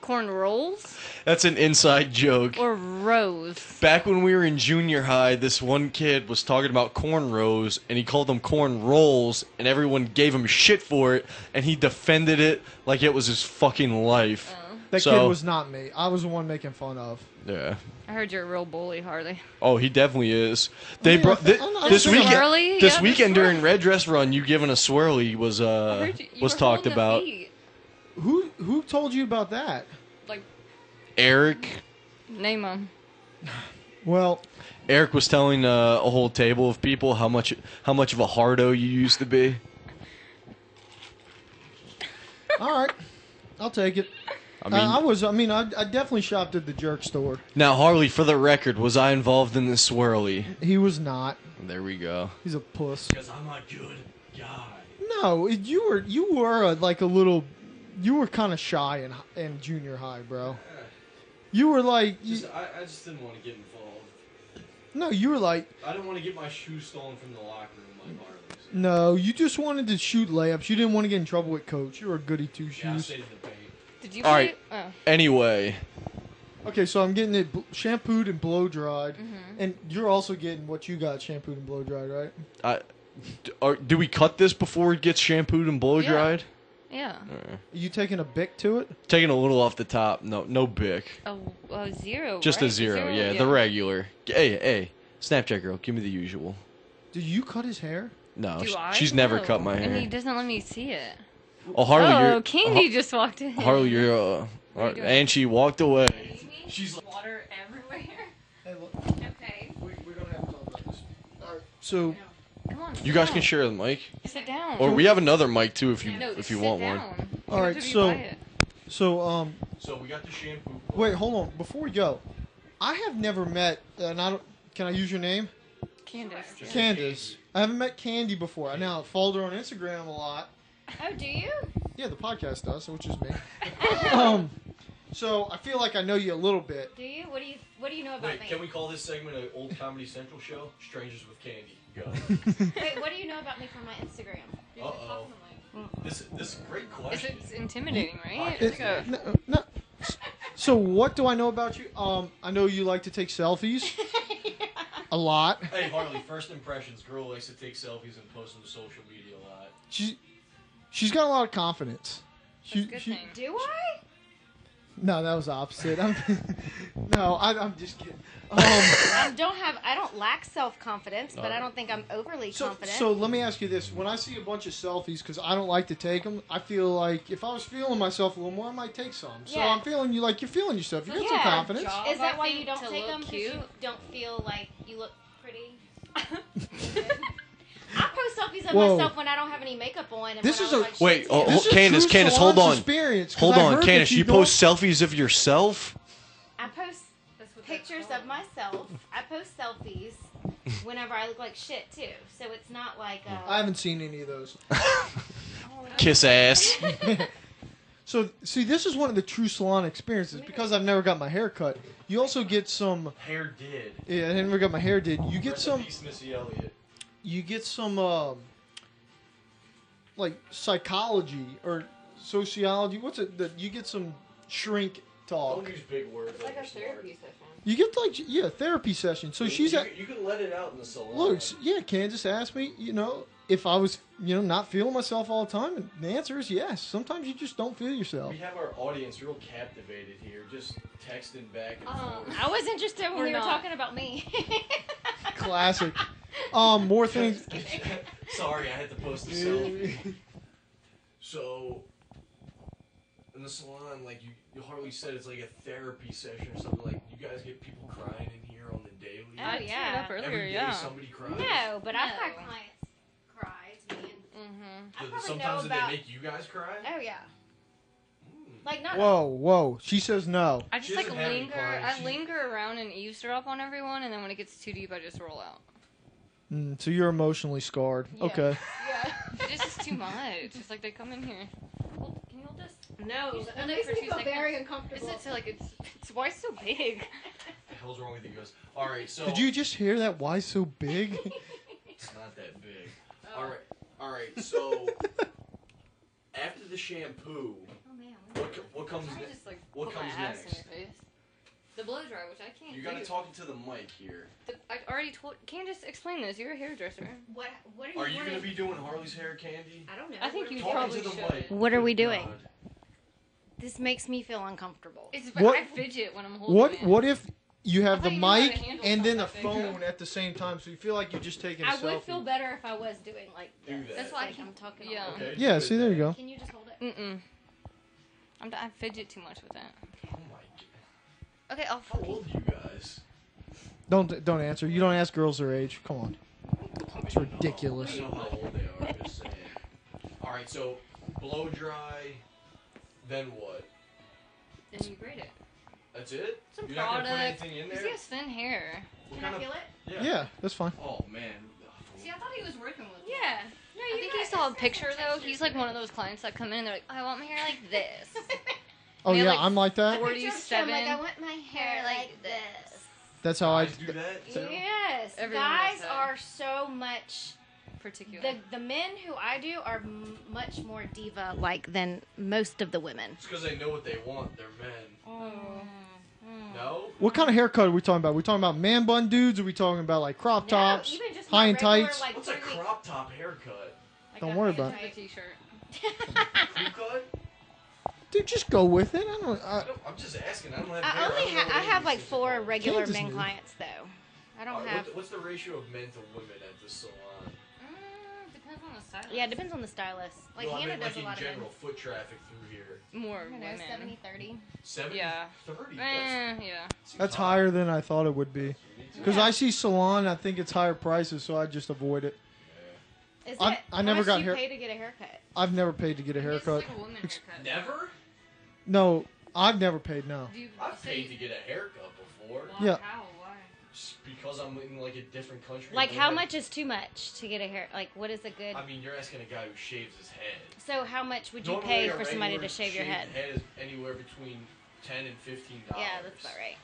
Speaker 4: corn rolls
Speaker 3: That's an inside joke.
Speaker 4: or rose.
Speaker 3: Back when we were in junior high, this one kid was talking about cornrows and he called them corn rolls, and everyone gave him shit for it, and he defended it like it was his fucking life.
Speaker 4: Oh.
Speaker 2: That
Speaker 3: so,
Speaker 2: kid was not me. I was the one making fun of.
Speaker 3: Yeah.
Speaker 4: I heard you're a real bully, Harley.
Speaker 3: Oh, he definitely is. They
Speaker 4: Oh,
Speaker 2: Yeah,
Speaker 3: brought
Speaker 2: I th-
Speaker 3: thi-
Speaker 2: I'm not-
Speaker 3: this
Speaker 2: I'm
Speaker 3: weekend.
Speaker 4: swirly,
Speaker 3: This
Speaker 4: yeah, the
Speaker 3: weekend
Speaker 4: swirl.
Speaker 3: during Red Dress Run, you giving a swirly was
Speaker 4: I
Speaker 3: uh
Speaker 4: heard you, you
Speaker 3: was
Speaker 4: were
Speaker 3: talked
Speaker 4: holding the
Speaker 3: about.
Speaker 4: feet,
Speaker 2: Who who told you about that?
Speaker 4: Like
Speaker 3: Eric.
Speaker 4: name them.
Speaker 2: Well,
Speaker 3: Eric was telling uh, a whole table of people how much how much of a hardo you used to be.
Speaker 2: all right, I'll take it.
Speaker 3: I
Speaker 2: I,
Speaker 4: Uh,
Speaker 3: mean,
Speaker 2: I was. I mean, I, I definitely shopped at the jerk store.
Speaker 3: now Harley, for the record, was I involved in this swirly?
Speaker 2: He was not.
Speaker 3: There we go.
Speaker 2: He's a puss.
Speaker 3: Because I'm a good guy.
Speaker 2: No, it- you were you were uh like a little, you were kind of shy in in junior high, bro. You were like, you-
Speaker 3: I, I just didn't want to get involved.
Speaker 2: no, you were like,
Speaker 3: I didn't want to get my shoes stolen from the locker room like Harley's.
Speaker 2: no, you just wanted to shoot layups. You didn't want to get in trouble with coach. You were a goody two shoes.
Speaker 3: in the paint.
Speaker 4: Did you?
Speaker 3: All
Speaker 4: play
Speaker 3: right.
Speaker 4: it? Oh.
Speaker 3: Anyway,
Speaker 2: Okay, so I'm getting it bl- shampooed and blow dried, and you're also getting what you got shampooed and blow dried, right?
Speaker 3: I, d- are, do we cut this before it gets shampooed and blow
Speaker 4: Yeah.
Speaker 3: dried?
Speaker 4: Yeah.
Speaker 2: Are you taking a bic to it?
Speaker 3: Taking a little off the top. No, no bic.
Speaker 4: A, a zero.
Speaker 3: Just
Speaker 4: right?
Speaker 3: a zero. yeah, the regular. Hey, hey, Snapchat girl, give me the usual.
Speaker 2: Did you cut his hair?
Speaker 3: No,
Speaker 4: Do
Speaker 3: sh-
Speaker 4: I?
Speaker 3: she's never
Speaker 4: No.
Speaker 3: cut my
Speaker 4: And he
Speaker 3: hair.
Speaker 4: doesn't let me see it.
Speaker 3: Oh, Harley,
Speaker 4: oh,
Speaker 3: you're,
Speaker 4: Candy
Speaker 3: Har-
Speaker 4: just walked in.
Speaker 3: Harley, you're. Uh,
Speaker 4: are you doing?
Speaker 3: and she walked away.
Speaker 4: She's water everywhere.
Speaker 2: Hey, look,
Speaker 4: Okay.
Speaker 2: we, we don't have to talk about this. All right, so
Speaker 4: Come on.
Speaker 3: You guys can share the mic,
Speaker 4: Sit down.
Speaker 3: or we have another mic too if you
Speaker 4: No,
Speaker 3: if you
Speaker 4: sit
Speaker 3: want one.
Speaker 4: down.
Speaker 2: All
Speaker 4: You
Speaker 2: right,
Speaker 4: have to be
Speaker 2: so-
Speaker 4: quiet.
Speaker 2: so um,
Speaker 3: So we got the shampoo.
Speaker 2: Wait, hold on. Before we go, I have never met, and I don't. Can I use your name?
Speaker 4: Candace.
Speaker 2: Candace. I haven't met Candy before. I now follow her on Instagram a lot.
Speaker 4: Oh, do you?
Speaker 2: Yeah, the podcast does, which is me. um, so I feel like I know you a little bit.
Speaker 5: Do you? What do you? What do you know about
Speaker 6: Wait,
Speaker 5: me?
Speaker 6: can we call this segment an old Comedy Central show? Strangers with Candy. Go.
Speaker 5: Wait, what do you know about me from my Instagram?
Speaker 6: Uh oh. This this is a great
Speaker 4: It's,
Speaker 6: question.
Speaker 4: it's intimidating, right?
Speaker 6: Podcast.
Speaker 4: It's like
Speaker 2: No, no. So what do I know about you? Um, I know you like to take selfies a lot.
Speaker 6: Hey Harley, first impressions. Girl likes to take selfies and post them to social media a lot.
Speaker 2: She, she's got a lot of confidence. She,
Speaker 4: a good
Speaker 2: she-
Speaker 4: thing.
Speaker 5: Do I?
Speaker 2: No, that was opposite. I'm, no, I, I'm just kidding. Um,
Speaker 5: I don't have. I don't lack self confidence, but I don't think I'm overly
Speaker 2: so,
Speaker 5: confident.
Speaker 2: so let me ask you this: When I see a bunch of selfies, because I don't like to take them, I feel like if I was feeling myself a little more, I might take some. So
Speaker 5: Yeah.
Speaker 2: I'm feeling you like you're feeling yourself. You got
Speaker 5: Yeah.
Speaker 2: some confidence.
Speaker 4: Job,
Speaker 5: Is that
Speaker 4: I
Speaker 5: why
Speaker 4: think,
Speaker 5: you don't
Speaker 4: to
Speaker 5: take
Speaker 4: look
Speaker 5: them? Because you
Speaker 4: cute.
Speaker 5: don't feel like you look pretty. I post selfies of
Speaker 2: Whoa.
Speaker 5: myself when I don't have any makeup on. And
Speaker 2: This
Speaker 5: when
Speaker 2: is
Speaker 5: I
Speaker 2: a-
Speaker 5: look like
Speaker 6: Wait,
Speaker 5: shit.
Speaker 6: oh,
Speaker 2: This is
Speaker 6: Candace,
Speaker 2: true
Speaker 6: Candace, hold
Speaker 2: salon's
Speaker 6: on.
Speaker 2: experience, 'cause
Speaker 6: Hold
Speaker 2: I
Speaker 6: on,
Speaker 2: heard
Speaker 6: Candace,
Speaker 2: that
Speaker 6: you,
Speaker 2: don't-
Speaker 6: post selfies of yourself?
Speaker 5: I post
Speaker 4: That's what they're
Speaker 5: pictures
Speaker 4: called.
Speaker 5: of myself. I post selfies whenever I look like shit too. So it's not like uh,
Speaker 2: I haven't seen any of those.
Speaker 6: Kiss ass.
Speaker 2: So see, this is one of the true salon experiences because I've never got my hair cut. You also get some.
Speaker 6: Hair did.
Speaker 2: Yeah, I never got my hair did. You get
Speaker 6: Rest
Speaker 2: some.
Speaker 6: in peace, Missy Elliott.
Speaker 2: you get some um, like psychology or sociology. What's it? That you get some shrink
Speaker 6: Don't
Speaker 2: talk.
Speaker 6: use big words.
Speaker 7: It's like a
Speaker 6: I'm smart.
Speaker 7: therapy session.
Speaker 2: You get like yeah therapy session. So
Speaker 6: You-
Speaker 2: she's
Speaker 6: you,
Speaker 2: at
Speaker 6: you can let it out in the salon.
Speaker 2: look s- yeah. Candace asked me you know if I was you know not feeling myself all the time, and the answer is yes. Sometimes you just don't feel yourself.
Speaker 6: We have our audience real captivated here, just texting back and
Speaker 4: Um,
Speaker 6: forth.
Speaker 5: I was interested when
Speaker 4: We're
Speaker 5: we were
Speaker 4: not.
Speaker 5: talking about me.
Speaker 2: Classic. Um, more things.
Speaker 6: Sorry, I had to post a selfie. So, in the salon, like you, you hardly said it's like a therapy session or something. Like you guys get people crying in here on the daily.
Speaker 5: Oh,
Speaker 4: I teared
Speaker 5: yeah.
Speaker 4: up
Speaker 6: Every
Speaker 4: earlier,
Speaker 6: day
Speaker 4: yeah.
Speaker 6: somebody cries.
Speaker 5: no, but I've had
Speaker 4: No.
Speaker 5: clients cry to me. and
Speaker 4: Mm-hmm.
Speaker 5: I
Speaker 6: Th-
Speaker 5: probably
Speaker 6: Sometimes
Speaker 5: know
Speaker 6: did
Speaker 5: about.
Speaker 6: they make you guys cry.
Speaker 5: Oh yeah.
Speaker 6: Mm.
Speaker 5: Like not.
Speaker 2: Whoa, whoa. She says no.
Speaker 4: I
Speaker 6: She
Speaker 4: just like
Speaker 6: doesn't have any
Speaker 4: linger.
Speaker 6: clients.
Speaker 4: I
Speaker 6: She-
Speaker 4: linger around and eavesdrop on everyone, and then when it gets too deep, I just roll out.
Speaker 2: Mm, so you're emotionally scarred.
Speaker 4: Yeah.
Speaker 2: Okay.
Speaker 5: Yeah.
Speaker 4: This is too much. It's like they come in here. Hold, can you hold this?
Speaker 7: No,
Speaker 4: Use it
Speaker 5: It
Speaker 4: only
Speaker 5: makes
Speaker 4: for
Speaker 5: me
Speaker 4: two
Speaker 5: feel
Speaker 4: seconds.
Speaker 5: very
Speaker 4: It's
Speaker 5: uncomfortable.
Speaker 4: it's like it's it's why it's so big.
Speaker 6: The hell's wrong with you guys? All right, so
Speaker 2: Did you just hear that? Why so big?
Speaker 6: It's not that big.
Speaker 5: Oh.
Speaker 6: All right, all right. So after the shampoo,
Speaker 5: Oh, man.
Speaker 6: what, co- what comes
Speaker 4: I
Speaker 6: next?
Speaker 4: just like
Speaker 6: What
Speaker 4: put
Speaker 6: comes
Speaker 4: my ass
Speaker 6: next?
Speaker 4: in your face. The blow dry, which I can't.
Speaker 6: You gotta
Speaker 4: do.
Speaker 6: talk into the mic here.
Speaker 4: The- I already told. Candace, explain this. You're a hairdresser.
Speaker 5: What? What
Speaker 6: Are you gonna
Speaker 5: wanting-
Speaker 6: be doing Harley's hair candy?
Speaker 5: I don't know.
Speaker 4: I think
Speaker 5: What are
Speaker 4: you
Speaker 5: we
Speaker 6: Talk
Speaker 5: doing?
Speaker 4: probably
Speaker 6: into the
Speaker 4: should.
Speaker 6: mic.
Speaker 5: What are we
Speaker 6: Good
Speaker 5: doing?
Speaker 6: God.
Speaker 5: This makes me feel uncomfortable.
Speaker 4: It's
Speaker 2: What-
Speaker 4: I fidget when I'm holding
Speaker 2: what
Speaker 4: it.
Speaker 2: What if you have the
Speaker 4: I thought you knew how to
Speaker 2: mic
Speaker 4: handle
Speaker 2: and then a
Speaker 4: something like that.
Speaker 2: phone at the same time, so you feel like you're just taking a
Speaker 5: I
Speaker 2: selfie?
Speaker 5: would feel better if I was doing like
Speaker 6: Do
Speaker 5: this.
Speaker 6: that.
Speaker 4: That's why I
Speaker 5: like
Speaker 4: keep-
Speaker 5: I'm talking.
Speaker 4: yeah.
Speaker 5: all-
Speaker 6: Okay,
Speaker 2: Yeah.
Speaker 6: good
Speaker 2: See, there you
Speaker 6: then.
Speaker 2: go.
Speaker 5: Can you just hold it?
Speaker 4: Mm-mm. I'm, I fidget too much with that.
Speaker 6: Oh my
Speaker 4: Okay, I'll
Speaker 6: god. How
Speaker 4: fucking.
Speaker 6: old are you guys?
Speaker 2: Don't don't answer. You don't ask girls their age. Come on.
Speaker 6: It's
Speaker 2: ridiculous.
Speaker 6: I know how old they are. I'm just saying. All right, so blow dry, then what?
Speaker 4: Then you grate it.
Speaker 6: That's it?
Speaker 4: Some
Speaker 6: You're not gonna
Speaker 4: product.
Speaker 6: put anything in
Speaker 4: Because
Speaker 6: there.
Speaker 4: he has thin hair.
Speaker 6: What
Speaker 5: Can I
Speaker 6: kind
Speaker 5: feel
Speaker 6: of-
Speaker 5: it?
Speaker 2: Yeah. that's fine.
Speaker 6: Oh man.
Speaker 7: See, I thought he was working with. me.
Speaker 4: Yeah.
Speaker 5: No,
Speaker 4: I
Speaker 5: you
Speaker 4: think
Speaker 5: got-
Speaker 4: he saw a
Speaker 5: it's-
Speaker 4: picture though. He's like one of those clients that come in and they're like, I want my hair like this.
Speaker 2: Oh
Speaker 4: Yeah,
Speaker 2: yeah,
Speaker 4: like
Speaker 2: I'm like that.
Speaker 4: four-
Speaker 5: Picture of
Speaker 4: 47.
Speaker 5: someone, Like I want my hair like this.
Speaker 2: That's how I.
Speaker 6: Guys do that. too?
Speaker 5: Yes,
Speaker 4: Everyone does
Speaker 5: guys
Speaker 4: that.
Speaker 5: are so much.
Speaker 4: Particular.
Speaker 5: The the men who I do are m- much more diva like than most of the women.
Speaker 6: It's because they know what they want. They're men.
Speaker 5: Oh.
Speaker 6: No.
Speaker 5: Mm-hmm.
Speaker 2: What kind of haircut are we talking about? we talking about man bun dudes? Are we talking about like crop tops,
Speaker 5: even just
Speaker 2: high
Speaker 5: my
Speaker 2: and
Speaker 5: regular,
Speaker 2: tights?
Speaker 5: Like,
Speaker 6: What's a
Speaker 5: three-week-
Speaker 6: crop top haircut?
Speaker 5: like
Speaker 2: Don't
Speaker 5: a
Speaker 2: worry
Speaker 5: high and
Speaker 2: about
Speaker 4: the
Speaker 5: tight.
Speaker 4: t-shirt.
Speaker 6: Crew cut?
Speaker 2: Dude, just go with it. I don't. I,
Speaker 6: No, I'm just asking. I don't have. hair.
Speaker 5: I only
Speaker 6: don't know
Speaker 5: ha-
Speaker 6: what
Speaker 5: I
Speaker 6: any
Speaker 5: have
Speaker 6: of
Speaker 5: like
Speaker 6: these
Speaker 5: four
Speaker 6: are called.
Speaker 5: regular
Speaker 2: Kids is
Speaker 5: men
Speaker 2: new.
Speaker 5: clients though.
Speaker 6: All
Speaker 5: I don't
Speaker 6: right,
Speaker 5: have.
Speaker 6: what- what's the ratio of men to women at the salon?
Speaker 4: Mm, depends on the style.
Speaker 5: Yeah, it depends on the stylist. Like
Speaker 6: no, I
Speaker 5: Hannah
Speaker 6: mean,
Speaker 5: does
Speaker 6: like
Speaker 5: a lot
Speaker 6: in
Speaker 5: of
Speaker 6: general, foot traffic through here.
Speaker 4: More
Speaker 5: I don't know,
Speaker 4: women.
Speaker 5: 70 30.
Speaker 6: 70,
Speaker 4: Yeah.
Speaker 6: 30. That's,
Speaker 4: Eh, yeah.
Speaker 6: seems
Speaker 2: that's
Speaker 6: high.
Speaker 2: higher than I thought it would be.
Speaker 6: Me too.
Speaker 2: Because I see salon, I think it's higher prices, so I just avoid it.
Speaker 5: Is
Speaker 2: I-
Speaker 5: that
Speaker 2: I
Speaker 5: how
Speaker 2: never
Speaker 5: much
Speaker 2: got
Speaker 5: do you
Speaker 2: hair-
Speaker 5: pay to get a haircut?
Speaker 2: I've never paid to get a
Speaker 4: It's
Speaker 2: haircut.
Speaker 4: like a woman
Speaker 2: Ex-
Speaker 4: haircut.
Speaker 6: Never?
Speaker 2: No, I've never paid. No.
Speaker 4: Do you, you
Speaker 6: I've
Speaker 4: say
Speaker 6: paid to get a haircut before.
Speaker 4: Why,
Speaker 2: Yeah.
Speaker 4: How? Why?
Speaker 3: s- because I'm in like a different country.
Speaker 5: Like,
Speaker 3: where
Speaker 5: how
Speaker 3: I-
Speaker 5: much is too much to get a hair? Like, what is a good?
Speaker 3: I mean, you're asking a guy who shaves his head.
Speaker 5: So, how much would you
Speaker 3: Normally,
Speaker 5: pay
Speaker 3: a
Speaker 5: for somebody
Speaker 3: regular
Speaker 5: to shave your
Speaker 3: shaved
Speaker 5: head?
Speaker 3: is anywhere between ten and fifteen dollars.
Speaker 5: Yeah, that's about right.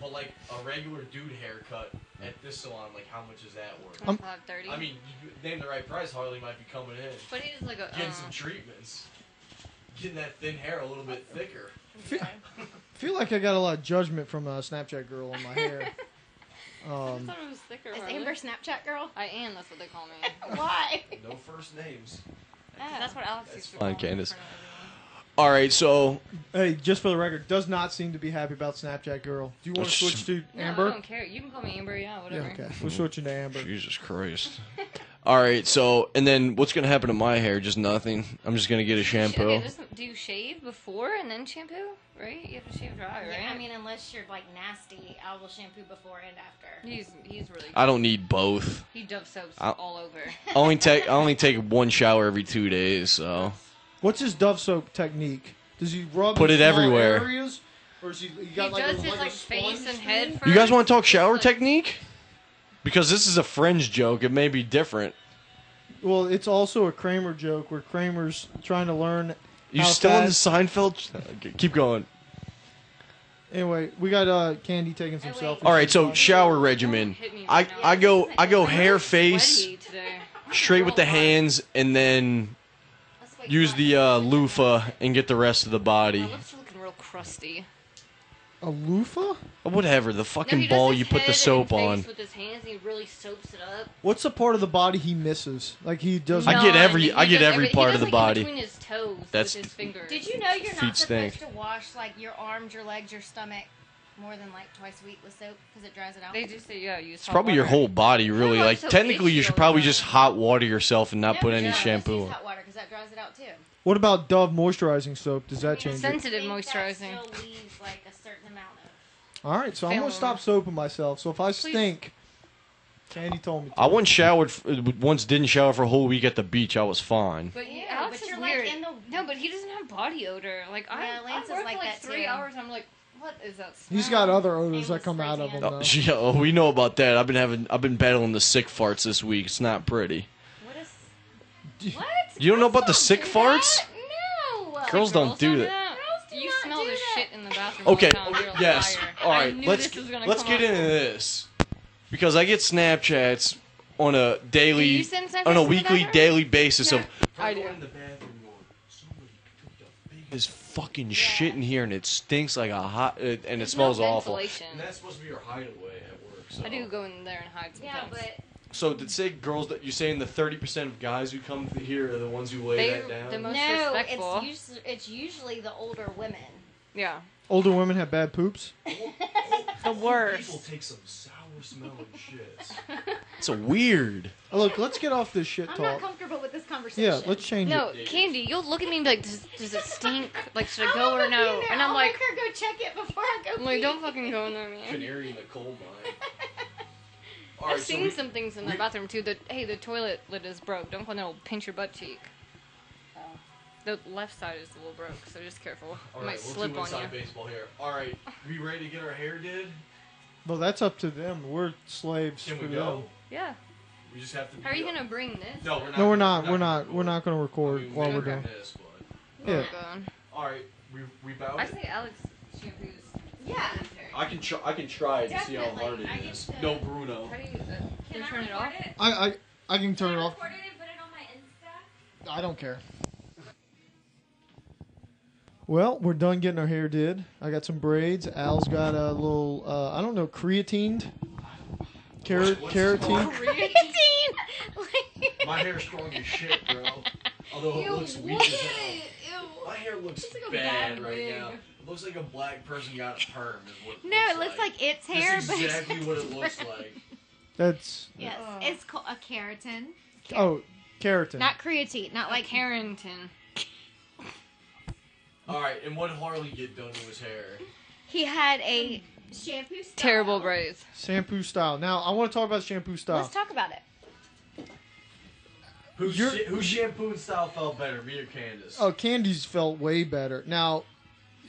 Speaker 3: But like a regular dude haircut at this salon, like how much is that worth?
Speaker 2: Um,
Speaker 4: Five thirty.
Speaker 3: I mean, you name the right price, Harley might be coming in,
Speaker 4: but it is like a.
Speaker 3: getting
Speaker 4: uh,
Speaker 3: some treatments, getting that thin hair a little bit thicker.
Speaker 2: I feel like I got a lot of judgment from a Snapchat girl on my hair.
Speaker 4: I
Speaker 2: Um,
Speaker 4: thought it was thicker.
Speaker 5: Is
Speaker 4: Harley.
Speaker 5: Amber Snapchat girl?
Speaker 4: I am. That's what they call me.
Speaker 5: Why?
Speaker 3: No first names.
Speaker 4: That's what Alex
Speaker 3: That's
Speaker 4: used to
Speaker 3: fine,
Speaker 4: call me in
Speaker 3: Candace.
Speaker 4: front of everyone.
Speaker 3: All right, so
Speaker 2: hey, just for the record, does not seem to be happy about Snapchat girl. Do you want to
Speaker 3: Sh-
Speaker 2: switch to
Speaker 4: No, I
Speaker 2: Amber?
Speaker 4: don't care. You can call me Amber. Yeah,
Speaker 2: Yeah,
Speaker 4: whatever.
Speaker 2: okay. We'll switch into Amber.
Speaker 3: Jesus Christ. All right, so and then what's gonna happen to my hair? Just nothing. I'm just gonna get a shampoo.
Speaker 4: Okay, there's some- do you shave before and then shampoo? Right? You have to shave dry, right?
Speaker 5: Yeah, I mean, unless you're like nasty, I will shampoo before and after.
Speaker 4: he's he's really.
Speaker 3: I don't need both.
Speaker 4: he dove soaps
Speaker 3: I-
Speaker 4: all over.
Speaker 3: I only take I only take one shower every two days, so
Speaker 2: What's his Dove soap technique? Does he rub
Speaker 3: Put
Speaker 2: in
Speaker 3: it
Speaker 2: small
Speaker 3: everywhere.
Speaker 2: Areas, or is he, you got
Speaker 4: he
Speaker 2: like
Speaker 4: does
Speaker 2: a,
Speaker 4: his
Speaker 2: like,
Speaker 4: like,
Speaker 2: a
Speaker 4: face
Speaker 2: sponge
Speaker 4: and
Speaker 2: thing?
Speaker 4: head first.
Speaker 3: you guys want to talk shower
Speaker 4: Like-
Speaker 3: technique? Because this is a fringe joke, it may be different.
Speaker 2: Well, it's also a Kramer joke where Kramer's trying to learn.
Speaker 3: You
Speaker 2: how
Speaker 3: still on the
Speaker 2: fast-
Speaker 3: Seinfeld? Okay, Keep going.
Speaker 2: Anyway, we got uh, Candy taking some
Speaker 5: Oh, wait.
Speaker 2: selfies.
Speaker 3: All right, so
Speaker 2: Fine.
Speaker 3: shower regimen.
Speaker 4: Hit me
Speaker 3: I
Speaker 4: right now.
Speaker 3: I go I go
Speaker 4: I'm really
Speaker 3: hair face
Speaker 4: sweaty today.
Speaker 3: straight with the hands and then
Speaker 5: Let's wait
Speaker 3: use
Speaker 5: for
Speaker 3: the uh, loofah and get the rest of the
Speaker 4: My
Speaker 3: body.
Speaker 4: lips are looking real crusty.
Speaker 2: a loofah.
Speaker 3: Whatever the
Speaker 4: No, he
Speaker 3: fucking
Speaker 4: does
Speaker 3: ball
Speaker 4: his
Speaker 3: you put the
Speaker 4: head and
Speaker 3: soap
Speaker 4: face
Speaker 3: on.
Speaker 4: With his hands, and he really soaps it up.
Speaker 2: What's the part of the body he misses? Like he does.
Speaker 3: I
Speaker 4: No,
Speaker 3: get every-
Speaker 4: he
Speaker 3: I get
Speaker 4: does
Speaker 3: every
Speaker 4: every- he
Speaker 3: part
Speaker 4: does,
Speaker 3: of the
Speaker 4: like,
Speaker 3: body.
Speaker 4: in Between his toes
Speaker 3: That's-
Speaker 4: with his fingers.
Speaker 5: Did you know you're not
Speaker 3: Feet
Speaker 5: supposed
Speaker 3: stink.
Speaker 5: to wash like your arms, your legs, your stomach more than like twice a week with soap because it dries it out?
Speaker 4: They just say yeah, use.
Speaker 3: It's probably your whole body, really.
Speaker 4: No,
Speaker 3: Like
Speaker 4: it's so
Speaker 3: technically, you should
Speaker 4: facial,
Speaker 3: probably
Speaker 4: yeah.
Speaker 3: just hot water yourself and not
Speaker 5: No,
Speaker 3: put
Speaker 5: yeah,
Speaker 3: any
Speaker 5: just
Speaker 3: shampoo.
Speaker 5: Use hot water because that dries it out too.
Speaker 2: What about Dove moisturizing soap? Does that change it?
Speaker 4: Sensi- Sensitive
Speaker 5: I think that
Speaker 4: moisturizing.
Speaker 5: Still leaves like a certain amount of.
Speaker 2: All right, so I'm gonna
Speaker 4: Fail.
Speaker 2: stop soaping myself. So if I stink, Candy told me. To.
Speaker 3: I once showered, once didn't shower for a whole week at the beach. I was fine.
Speaker 4: But you,
Speaker 5: Yeah,
Speaker 4: Alex
Speaker 5: but
Speaker 4: is
Speaker 5: you're, like,
Speaker 4: weird.
Speaker 5: in the-
Speaker 4: No, but he doesn't have body odor. Like I,
Speaker 5: Yeah, Lance
Speaker 4: I
Speaker 5: is
Speaker 4: work for
Speaker 5: like
Speaker 4: like
Speaker 5: that,
Speaker 4: three
Speaker 5: too.
Speaker 4: hours. I'm like, what is that smell?
Speaker 2: He's got other odors
Speaker 5: Amos
Speaker 2: that come out of him.
Speaker 5: Frizan.
Speaker 2: Though.
Speaker 3: Oh, gee, oh, we know about that. I've been having, I've been battling the sick farts this week. It's not pretty.
Speaker 5: What is?
Speaker 4: What?
Speaker 3: You don't know
Speaker 4: Girls
Speaker 3: about the sick
Speaker 4: do
Speaker 3: farts?
Speaker 4: that? No. Girls,
Speaker 3: don't do that.
Speaker 5: Girls do
Speaker 4: you
Speaker 5: not
Speaker 4: smell
Speaker 5: do
Speaker 4: the
Speaker 5: that.
Speaker 4: shit in the bathroom.
Speaker 3: Okay.
Speaker 4: All the time.
Speaker 3: okay,
Speaker 4: You're a
Speaker 3: Yes.
Speaker 4: liar.
Speaker 3: All
Speaker 4: I
Speaker 3: right.
Speaker 4: knew
Speaker 3: Let's
Speaker 4: this was gonna
Speaker 3: let's
Speaker 4: come
Speaker 3: get
Speaker 4: up.
Speaker 3: into this because I get Snapchats on a daily,
Speaker 4: Do you send Snapchats
Speaker 3: on a
Speaker 4: to the
Speaker 3: weekly,
Speaker 4: bathroom?
Speaker 3: daily basis of.
Speaker 4: I do.
Speaker 3: There's fucking shit in here, and it stinks like a hot, it, and it
Speaker 4: There's
Speaker 3: smells
Speaker 4: no
Speaker 3: awful.
Speaker 4: ventilation.
Speaker 3: that's supposed to be your hideaway at work.
Speaker 4: I do go in there and hide
Speaker 5: Yeah,
Speaker 4: sometimes.
Speaker 5: but
Speaker 3: So did say girls that you're saying the thirty percent of guys who come th- here are the ones who lay
Speaker 4: They-
Speaker 3: that down?
Speaker 4: the most-
Speaker 5: no,
Speaker 4: respectful.
Speaker 5: it's usually it's usually the older women.
Speaker 4: yeah.
Speaker 2: Older women have bad poops.
Speaker 4: The
Speaker 3: People
Speaker 4: worst.
Speaker 3: take some sour smelling shits. it's a weird.
Speaker 2: Look, let's get off this shit
Speaker 5: I'm not
Speaker 2: talk.
Speaker 5: comfortable with this conversation.
Speaker 2: Yeah, let's change
Speaker 4: No,
Speaker 2: it.
Speaker 4: Candy, you'll look at me and be like, does, does it stink? Like, should I
Speaker 5: I'll
Speaker 4: go
Speaker 5: look
Speaker 4: or
Speaker 5: up
Speaker 4: no?
Speaker 5: here
Speaker 4: And
Speaker 5: now.
Speaker 4: I'm
Speaker 5: I'll
Speaker 4: like,
Speaker 5: make her go check it before I go.
Speaker 4: I'm like,
Speaker 5: pee.
Speaker 4: don't fucking go in there, man.
Speaker 3: Canary in the coal mine. All
Speaker 4: I've
Speaker 3: right, so
Speaker 4: seen
Speaker 3: we-
Speaker 4: some things in the
Speaker 3: we-
Speaker 4: bathroom too. That hey, the toilet lid is broke. Don't go in there. It'll pinch your butt cheek. Oh. The left side is a little broke, so just careful.
Speaker 3: all
Speaker 4: it might
Speaker 3: right, we'll
Speaker 4: slip
Speaker 3: do
Speaker 4: on
Speaker 3: inside
Speaker 4: you.
Speaker 3: baseball here. All right, we ready to get our hair did?
Speaker 2: Well, that's up to them. We're slaves
Speaker 3: Can
Speaker 2: to
Speaker 3: we go?
Speaker 2: them.
Speaker 4: Yeah.
Speaker 3: We just have to.
Speaker 4: How are
Speaker 3: be
Speaker 4: you
Speaker 3: up.
Speaker 4: gonna bring this?
Speaker 3: No, we're not.
Speaker 2: No, we're not. We're
Speaker 3: gonna
Speaker 2: not. We're
Speaker 3: record.
Speaker 2: not going to
Speaker 3: I mean,
Speaker 2: record
Speaker 3: we
Speaker 2: while
Speaker 3: may
Speaker 2: we're
Speaker 3: record
Speaker 2: doing.
Speaker 3: this, but-
Speaker 4: Where
Speaker 2: Yeah.
Speaker 4: we're going.
Speaker 3: All right, we we bow.
Speaker 4: I say Alex shampoos.
Speaker 5: Yeah.
Speaker 3: I can try. I can try to see how hard
Speaker 5: Definitely, I
Speaker 3: it
Speaker 5: get
Speaker 3: is.
Speaker 5: to-
Speaker 3: No, Bruno.
Speaker 4: How do you? Uh,
Speaker 6: Can
Speaker 4: can you
Speaker 6: I
Speaker 4: turn it off?
Speaker 6: record it?
Speaker 2: I, I I can turn
Speaker 6: Can
Speaker 2: it
Speaker 6: I
Speaker 2: off.
Speaker 6: record it and put it on my Insta?
Speaker 2: I don't care. Well, we're done getting our hair did. I got some braids. Al's got a little. Uh, I don't know creatined. Carrot
Speaker 3: What's-
Speaker 2: carotene.
Speaker 3: My hair's strong as shit, bro.
Speaker 6: Oh,
Speaker 3: Although it looks weak as hell. My hair looks
Speaker 4: It's like a
Speaker 3: bad
Speaker 4: bad
Speaker 3: right
Speaker 4: wig.
Speaker 3: now. It looks like a black person got a perm. Is what
Speaker 5: No, it looks like its hair,
Speaker 3: That's
Speaker 5: but
Speaker 3: exactly what it looks like.
Speaker 2: That's
Speaker 5: yes,
Speaker 4: Oh.
Speaker 5: it's called a keratin,
Speaker 2: oh keratin.
Speaker 5: not creatine, not like
Speaker 4: Like Harrington.
Speaker 3: All right, and what did Harley get done to his hair?
Speaker 5: he had a shampoo. Style.
Speaker 4: Terrible braids.
Speaker 2: shampoo style. Now I want to talk about shampoo style.
Speaker 5: Let's talk about it.
Speaker 3: Who's
Speaker 2: You're-
Speaker 3: whose shampoo and style felt better, me or Candace?
Speaker 2: Oh, candies felt way better. Now,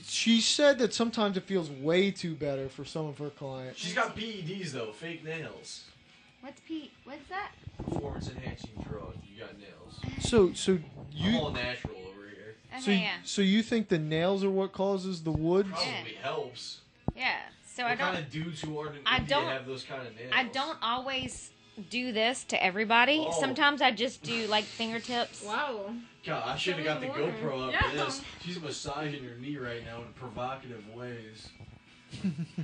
Speaker 2: she said that sometimes it feels way too better for some of her clients.
Speaker 3: She's got PEDs though, fake nails,
Speaker 5: What's Pete? What's that?
Speaker 3: performance enhancing drug. You got nails.
Speaker 2: So so
Speaker 3: I'm
Speaker 2: you
Speaker 5: Oh,
Speaker 3: all natural over here.
Speaker 5: Okay,
Speaker 2: so,
Speaker 5: yeah,
Speaker 2: so you think the nails are what causes the woods?
Speaker 3: Probably helps.
Speaker 5: yeah. So I
Speaker 3: what
Speaker 5: don't.
Speaker 3: kind of dudes who aren't in
Speaker 5: I
Speaker 3: India
Speaker 5: don't-
Speaker 3: have those kind of nails?
Speaker 5: I don't always do this to everybody.
Speaker 3: Oh.
Speaker 5: Sometimes I just do like fingertips.
Speaker 6: Wow.
Speaker 4: Oh,
Speaker 3: God, I should have got the
Speaker 6: Tell me more.
Speaker 3: GoPro up for
Speaker 6: Yeah.
Speaker 3: this. She's massaging her knee right now in provocative ways.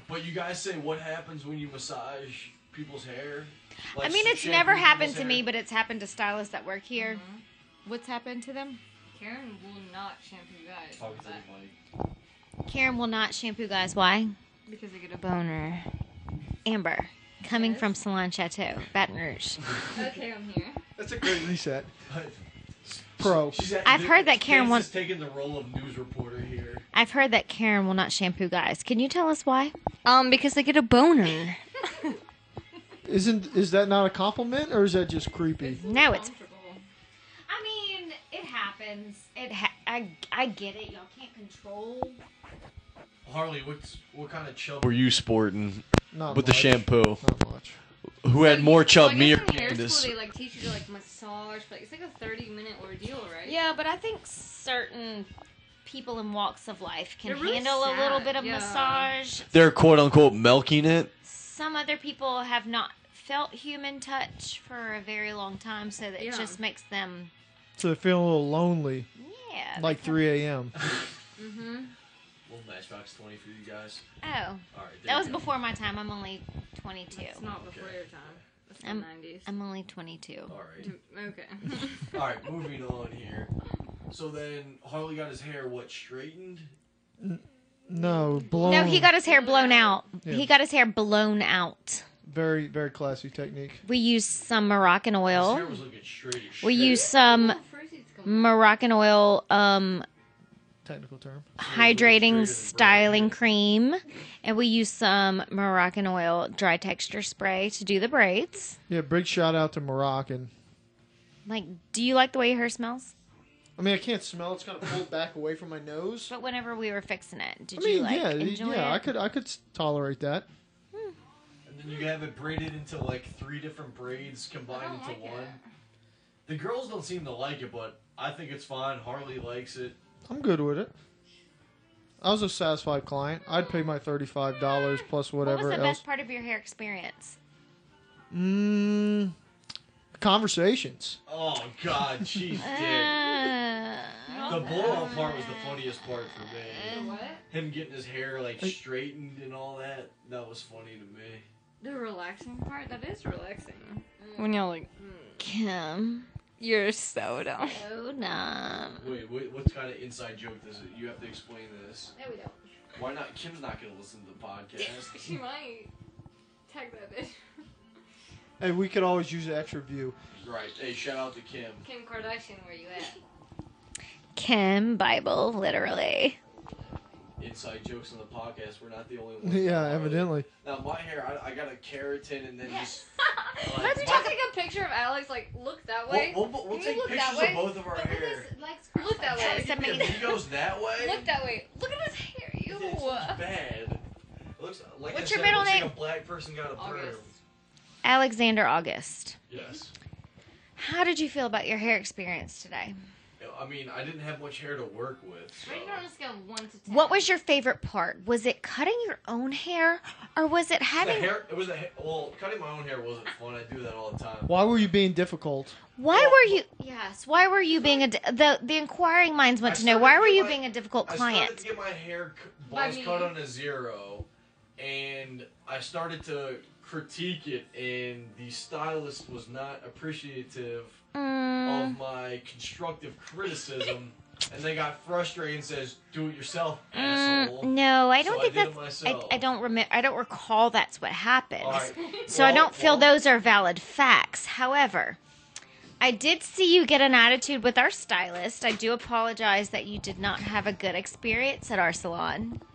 Speaker 3: but you guys say what happens when you massage people's hair?
Speaker 5: I
Speaker 3: Like
Speaker 5: mean, it's
Speaker 3: shampoo
Speaker 5: never
Speaker 3: people's
Speaker 5: happened to
Speaker 3: hair?
Speaker 5: me, but it's happened to stylists that work here. Mm-hmm. What's happened to them?
Speaker 4: Karen will not shampoo guys.
Speaker 3: Talk to the
Speaker 4: That-
Speaker 3: mic.
Speaker 5: Karen will not shampoo guys. Why?
Speaker 4: Because they get a
Speaker 5: Boner. Amber, coming
Speaker 6: Yes?
Speaker 5: from Salon Chateau, Baton Rouge.
Speaker 6: Okay, I'm here.
Speaker 2: That's a great reset.
Speaker 3: But
Speaker 2: Pro.
Speaker 3: she's at-
Speaker 5: I've heard that Karen
Speaker 3: Vince
Speaker 5: won-
Speaker 3: is taking the role of news reporter here.
Speaker 5: I've heard that Karen will not shampoo guys. Can you tell us why?
Speaker 4: Um, because they get a boner.
Speaker 2: Isn't is that not a compliment or is that just creepy?
Speaker 5: No, it's.
Speaker 6: Comfortable.
Speaker 5: I mean, it happens. It ha- I I get it. Y'all can't control.
Speaker 3: Harley, what's what kind of chub were you sporting
Speaker 2: Not
Speaker 3: with the
Speaker 2: much.
Speaker 3: shampoo?
Speaker 2: Not much.
Speaker 3: Who had more chub,
Speaker 4: Well, I
Speaker 3: me or
Speaker 4: guess in hair
Speaker 3: Candace?
Speaker 4: school, they like teach you to like massage, but it's like a thirty-minute ordeal, right?
Speaker 5: Yeah, but I think certain people in walks of life can
Speaker 4: They're really
Speaker 5: handle a little
Speaker 4: sad,
Speaker 5: bit of
Speaker 4: yeah.
Speaker 5: massage.
Speaker 3: They're quote unquote milking it.
Speaker 5: Some other people have not felt human touch for a very long time, so that
Speaker 4: Yeah.
Speaker 5: it just makes them
Speaker 2: So they're feeling a little lonely,
Speaker 5: yeah.
Speaker 2: like 3 a.m.
Speaker 4: Mm-hmm.
Speaker 3: Little Matchbox Twenty for you guys.
Speaker 5: Oh,
Speaker 3: All right, there
Speaker 5: that
Speaker 3: you
Speaker 5: was
Speaker 3: go.
Speaker 5: before my time. I'm only 22.
Speaker 6: It's not before your time. That's the
Speaker 5: I'm-
Speaker 6: 90s.
Speaker 5: I'm only 22.
Speaker 3: All right.
Speaker 4: Okay.
Speaker 3: All right, moving on here. So then Harley got his hair what straightened?
Speaker 2: No, blown.
Speaker 5: No, he got his hair blown out.
Speaker 2: Yeah.
Speaker 5: He got his hair blown out.
Speaker 2: very very classy technique.
Speaker 5: We used some Moroccan
Speaker 3: His hair
Speaker 5: oil.
Speaker 3: was looking straight. as
Speaker 5: We
Speaker 3: shit.
Speaker 5: used some
Speaker 6: Oh, Frizzy's
Speaker 5: Mm.
Speaker 6: going.
Speaker 5: Moroccan oil um,
Speaker 2: Technical term.
Speaker 5: hydrating styling cream, and we used some Moroccan oil dry texture spray to do the braids.
Speaker 2: Yeah, big shout out to Moroccan.
Speaker 5: Like, do you like the way your hair smells?
Speaker 2: I mean, I can't smell. It's kind of pulled back away from my nose.
Speaker 5: But whenever we were fixing it, did
Speaker 2: I mean,
Speaker 5: you like
Speaker 2: yeah,
Speaker 5: enjoy
Speaker 2: yeah, I
Speaker 5: it?
Speaker 2: could I could s- tolerate that.
Speaker 3: And then you have it braided into like three different braids
Speaker 6: I
Speaker 3: combined
Speaker 6: don't like
Speaker 3: into
Speaker 6: it.
Speaker 3: one. The girls don't seem to like it, but I think it's fine. Harley likes it.
Speaker 2: I'm good with it. I was a satisfied client. I'd pay my thirty-five dollars plus
Speaker 5: What was
Speaker 2: whatever
Speaker 5: the
Speaker 2: else.
Speaker 5: best part of your hair experience?
Speaker 2: Mm, conversations.
Speaker 3: Oh God, she's dead.
Speaker 5: Uh,
Speaker 3: The blow up part was the funniest part for me.
Speaker 6: What?
Speaker 3: Him getting his hair like
Speaker 2: I-
Speaker 3: straightened and all that. That was funny to me.
Speaker 6: The relaxing part? That is relaxing.
Speaker 4: when y'all like,
Speaker 5: Kim,
Speaker 4: you're so dumb.
Speaker 5: so dumb.
Speaker 3: Wait, wait what's kind of inside joke this? Is? You have to explain this.
Speaker 6: No, we don't.
Speaker 3: Why not? Kim's not gonna listen to the podcast.
Speaker 6: she might tag that bitch.
Speaker 2: Hey, we could always use an extra view.
Speaker 3: Right. Hey, shout out to Kim.
Speaker 6: Kim Kardashian, where you at?
Speaker 5: Kim Bible, literally.
Speaker 3: Inside jokes on the podcast. We're not the only ones.
Speaker 2: yeah, evidently.
Speaker 3: Now my hair, I, I got a keratin and then just. like,
Speaker 6: Let's
Speaker 3: my-
Speaker 6: just take a picture of Alex, like, look that way.
Speaker 3: We'll, we'll, we'll
Speaker 6: You
Speaker 3: take
Speaker 6: look that
Speaker 3: pictures of
Speaker 6: way.
Speaker 3: both of our hair.
Speaker 6: Look that
Speaker 5: That's
Speaker 6: way.
Speaker 5: That's amazing. amazing.
Speaker 3: If he goes that way.
Speaker 6: Look that way. Look at his hair.
Speaker 3: It's,
Speaker 6: Ew.
Speaker 3: it's bad. It looks like I
Speaker 5: What's your
Speaker 3: said, it
Speaker 5: middle
Speaker 3: looks
Speaker 5: name?
Speaker 3: Like a black person got a perm.
Speaker 6: August.
Speaker 5: Alexander August.
Speaker 3: Yes.
Speaker 5: How did you feel about your hair experience today?
Speaker 3: I mean, I didn't have much hair to work with. So.
Speaker 6: Rated on a scale of 1 to 10.
Speaker 5: What was your favorite part? Was it cutting your own hair or was it
Speaker 3: The
Speaker 5: having
Speaker 3: hair. It was the hair. Well, cutting my own hair wasn't fun. I do that all the time.
Speaker 2: Why were you being difficult?
Speaker 5: Why were you Yes, why were you being a di- the the inquiring minds
Speaker 3: I
Speaker 5: want to know why
Speaker 3: started
Speaker 5: were
Speaker 3: to
Speaker 5: you
Speaker 3: like-
Speaker 5: being a difficult
Speaker 3: I started to
Speaker 5: client?
Speaker 3: get my hair c-
Speaker 6: By
Speaker 3: balls
Speaker 6: me.
Speaker 3: cut on a zero, and I started to critique it, and the stylist was not appreciative
Speaker 5: Mm,
Speaker 3: of my constructive criticism, and they got frustrated and says, "Do it yourself, asshole."
Speaker 5: mm, no, I don't
Speaker 3: so
Speaker 5: think
Speaker 3: I did it
Speaker 5: that's
Speaker 3: myself.
Speaker 5: I, I don't remember I don't recall that's what happened.
Speaker 3: All right.
Speaker 5: So I
Speaker 3: Well-
Speaker 5: don't feel
Speaker 3: well,
Speaker 5: those are valid facts. However, I did see you get an attitude with our stylist. I do apologize that you did not have a good experience at our salon.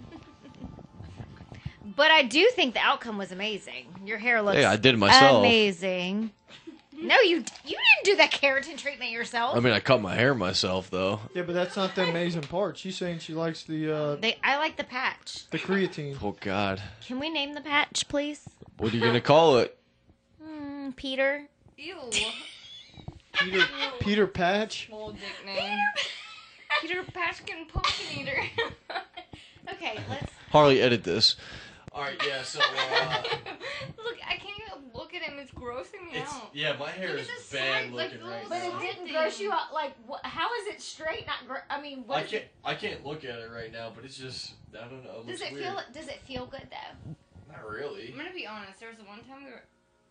Speaker 5: But I do think the outcome was amazing. Your hair looks
Speaker 3: Yeah, I did it myself.
Speaker 5: amazing. No, you you didn't do that keratin treatment yourself.
Speaker 3: I mean, I cut my hair myself though.
Speaker 2: Yeah, but that's not the amazing part. She's saying she likes the uh,
Speaker 5: they, I like the patch.
Speaker 2: the creatine.
Speaker 3: Oh God,
Speaker 5: Can we name the patch, please?
Speaker 3: what are you gonna call it?
Speaker 5: Hmm, Peter.
Speaker 6: Ew.
Speaker 2: Peter, Peter Patch.
Speaker 4: Old dick name.
Speaker 6: Peter Paskin Pumpkin Eater.
Speaker 5: Okay, let's.
Speaker 3: Harley, edit this. All right, yeah. So uh,
Speaker 6: Look, I can't even look at him. It's grossing me out.
Speaker 3: yeah, my hair
Speaker 6: Look at the sides, like the little
Speaker 5: But it didn't gross you out. Like, wh- how is it straight? Not. Gr- I mean, what?
Speaker 3: I
Speaker 5: is
Speaker 3: can't, I can't look at it right now, but it's just I don't know. It
Speaker 5: Does
Speaker 3: looks
Speaker 5: it
Speaker 3: weird.
Speaker 5: feel? Does it feel good though?
Speaker 3: Not really.
Speaker 6: I'm gonna be honest. There was one time we were.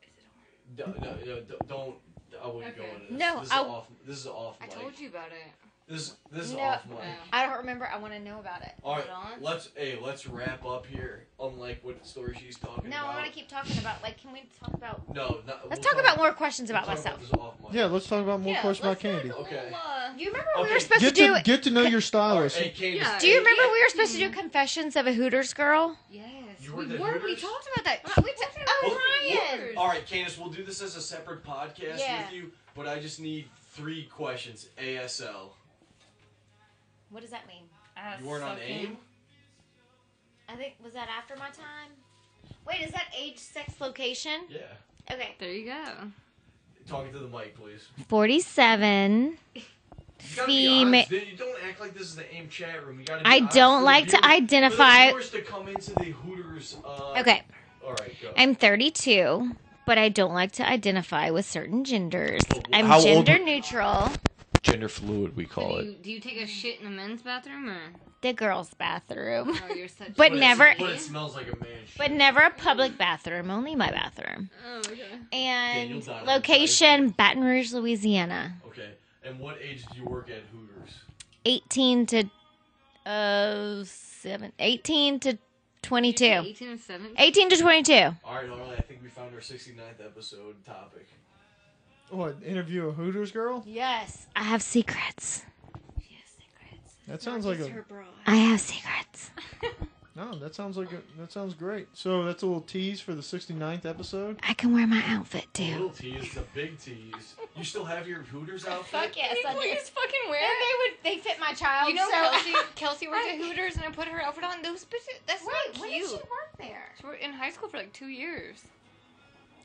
Speaker 6: Is it hard?
Speaker 3: No, no, no, d- don't. I wouldn't
Speaker 6: Okay.
Speaker 3: go into this.
Speaker 5: No,
Speaker 3: this is
Speaker 5: I-
Speaker 3: off. This is off.
Speaker 4: I
Speaker 3: mic.
Speaker 4: told you about it.
Speaker 3: This this is
Speaker 5: No.
Speaker 3: off mic.
Speaker 6: Yeah.
Speaker 5: I don't remember. I want to know about it.
Speaker 3: All right,
Speaker 6: Hold on.
Speaker 3: let's hey, let's wrap up here. Unlike what story she's talking
Speaker 5: No,
Speaker 3: about.
Speaker 5: I want to keep talking about. Like, can we talk about?
Speaker 3: No, not,
Speaker 5: Let's
Speaker 3: we'll
Speaker 5: talk about more questions about
Speaker 3: we'll talk
Speaker 5: myself.
Speaker 3: this off mic.
Speaker 2: Yeah, let's talk about more
Speaker 6: Yeah,
Speaker 2: questions about
Speaker 6: let's
Speaker 2: candy.
Speaker 6: do a
Speaker 3: Okay.
Speaker 6: little, uh,
Speaker 5: You remember we were
Speaker 3: Okay.
Speaker 5: supposed
Speaker 2: Get
Speaker 5: to do?
Speaker 2: to get to know your
Speaker 3: All right,
Speaker 2: stylist.
Speaker 3: hey, Candace,
Speaker 6: Yeah.
Speaker 5: do you remember we were supposed to do confessions of a Hooters girl?
Speaker 6: Yes.
Speaker 3: You were
Speaker 6: we
Speaker 3: the
Speaker 6: were. We
Speaker 3: Hooters?
Speaker 6: talked about that.
Speaker 5: Uh, we
Speaker 6: What's
Speaker 5: ta-
Speaker 6: it
Speaker 5: oh,
Speaker 6: called?
Speaker 5: Ryan.
Speaker 6: Hooters.
Speaker 3: All right, Candace, we'll do this as a separate podcast
Speaker 5: Yeah.
Speaker 3: with you, but I just need three questions. ASL.
Speaker 5: What does that mean?
Speaker 4: I
Speaker 3: You weren't on
Speaker 4: suck in.
Speaker 3: AIM?
Speaker 5: I think was that after my time. Wait, is that age, sex, location?
Speaker 3: Yeah.
Speaker 5: Okay.
Speaker 4: There you go.
Speaker 3: Talking to the mic, please.
Speaker 5: Forty-seven.
Speaker 3: You gotta
Speaker 5: Fema-
Speaker 3: be honest, dude. You don't act like this is the AIM chat room. You gotta be
Speaker 5: I
Speaker 3: honest
Speaker 5: don't
Speaker 3: for the
Speaker 5: like to
Speaker 3: viewers- For
Speaker 5: identify-
Speaker 3: the viewers to come into the Hooters. Uh,
Speaker 5: Okay.
Speaker 3: All right, go.
Speaker 5: I'm 32, but I don't like to identify with certain genders. I'm
Speaker 3: How old-
Speaker 5: gender neutral.
Speaker 3: Gender fluid, we
Speaker 4: So
Speaker 5: Oh,
Speaker 3: call
Speaker 4: do, you, do you take a shit in the men's bathroom or?
Speaker 5: The girls' bathroom,
Speaker 4: Oh, you're such.
Speaker 5: But
Speaker 4: a-
Speaker 5: never-
Speaker 3: But it smells like a man. shit.
Speaker 5: but never a public bathroom, only my bathroom.
Speaker 4: Oh, okay.
Speaker 5: And
Speaker 3: Daniel's not on the
Speaker 5: location Baton Rouge, Louisiana.
Speaker 3: Okay. And what age do you work at Hooters?
Speaker 5: 18 to uh, 7, 18 to
Speaker 4: You're
Speaker 5: 22.
Speaker 4: 18 and 17.
Speaker 5: 18 to 22.
Speaker 3: All right, Harley, I think we found our 69th episode topic.
Speaker 2: What interview a Hooters girl?
Speaker 5: Yes. I have secrets.
Speaker 2: That sounds like a
Speaker 5: I have secrets.
Speaker 2: no. That sounds like a, that sounds great. So that's a little tease for the 69th episode.
Speaker 5: I can wear my outfit too.
Speaker 3: Little tease, the big tease. You still have your Hooters outfit?
Speaker 5: yes,
Speaker 4: Can you please fucking wear it?
Speaker 5: they would they fit my child.
Speaker 4: You know Kelsey, Kelsey worked
Speaker 5: I-
Speaker 4: at Hooters and I put her outfit on. Those bitches, that's
Speaker 5: Wait,
Speaker 4: not
Speaker 5: when did
Speaker 4: cute.
Speaker 5: she work there?
Speaker 4: She worked in high school for like two years.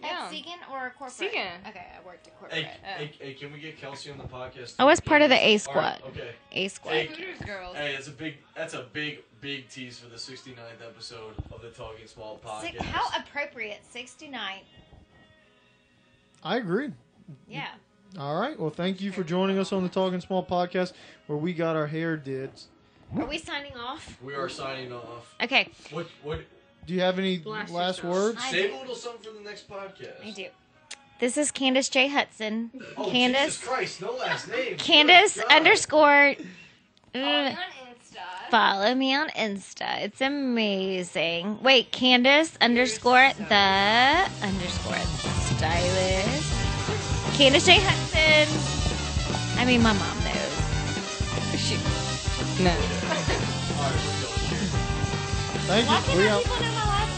Speaker 5: At Segan or corporate?
Speaker 4: Segan.
Speaker 5: Okay, I worked at corporate. Oh.
Speaker 3: Hey, hey, hey, can we get Kelsey on the podcast?
Speaker 5: I was part of the A
Speaker 3: All right,
Speaker 5: squad.
Speaker 3: okay.
Speaker 5: A
Speaker 3: Hey,
Speaker 5: squad.
Speaker 4: Hooters girls.
Speaker 3: Hey, it's a big. That's a big, big tease for the 69th episode of the Talking Small podcast.
Speaker 5: Six, how appropriate, 69.
Speaker 2: I agree.
Speaker 5: Yeah.
Speaker 2: All right. Well, thank you for joining us on the Talking Small podcast, where we got our hair did.
Speaker 5: Are we signing off?
Speaker 3: we are signing off.
Speaker 5: Okay,
Speaker 3: What? What?
Speaker 2: Do you have any
Speaker 4: Blast
Speaker 2: last
Speaker 4: yourself.
Speaker 2: words?
Speaker 5: I
Speaker 3: Save
Speaker 5: do.
Speaker 3: a little something for the next podcast.
Speaker 5: I do. This is Candace J. Hudson.
Speaker 3: Oh,
Speaker 5: Candace.
Speaker 3: Jesus Christ! No last name.
Speaker 5: Candace
Speaker 3: Good God.
Speaker 5: underscore.
Speaker 6: On
Speaker 5: Mm,
Speaker 6: Insta.
Speaker 5: follow me on Insta. It's amazing. Wait, Candace underscore the underscore stylist. Candace J. Hudson. I mean, my mom knows.
Speaker 4: No.
Speaker 3: All right, we're done here.
Speaker 2: Thank
Speaker 5: Why
Speaker 2: you.
Speaker 5: can't
Speaker 2: We
Speaker 5: I
Speaker 2: out.
Speaker 5: people know my last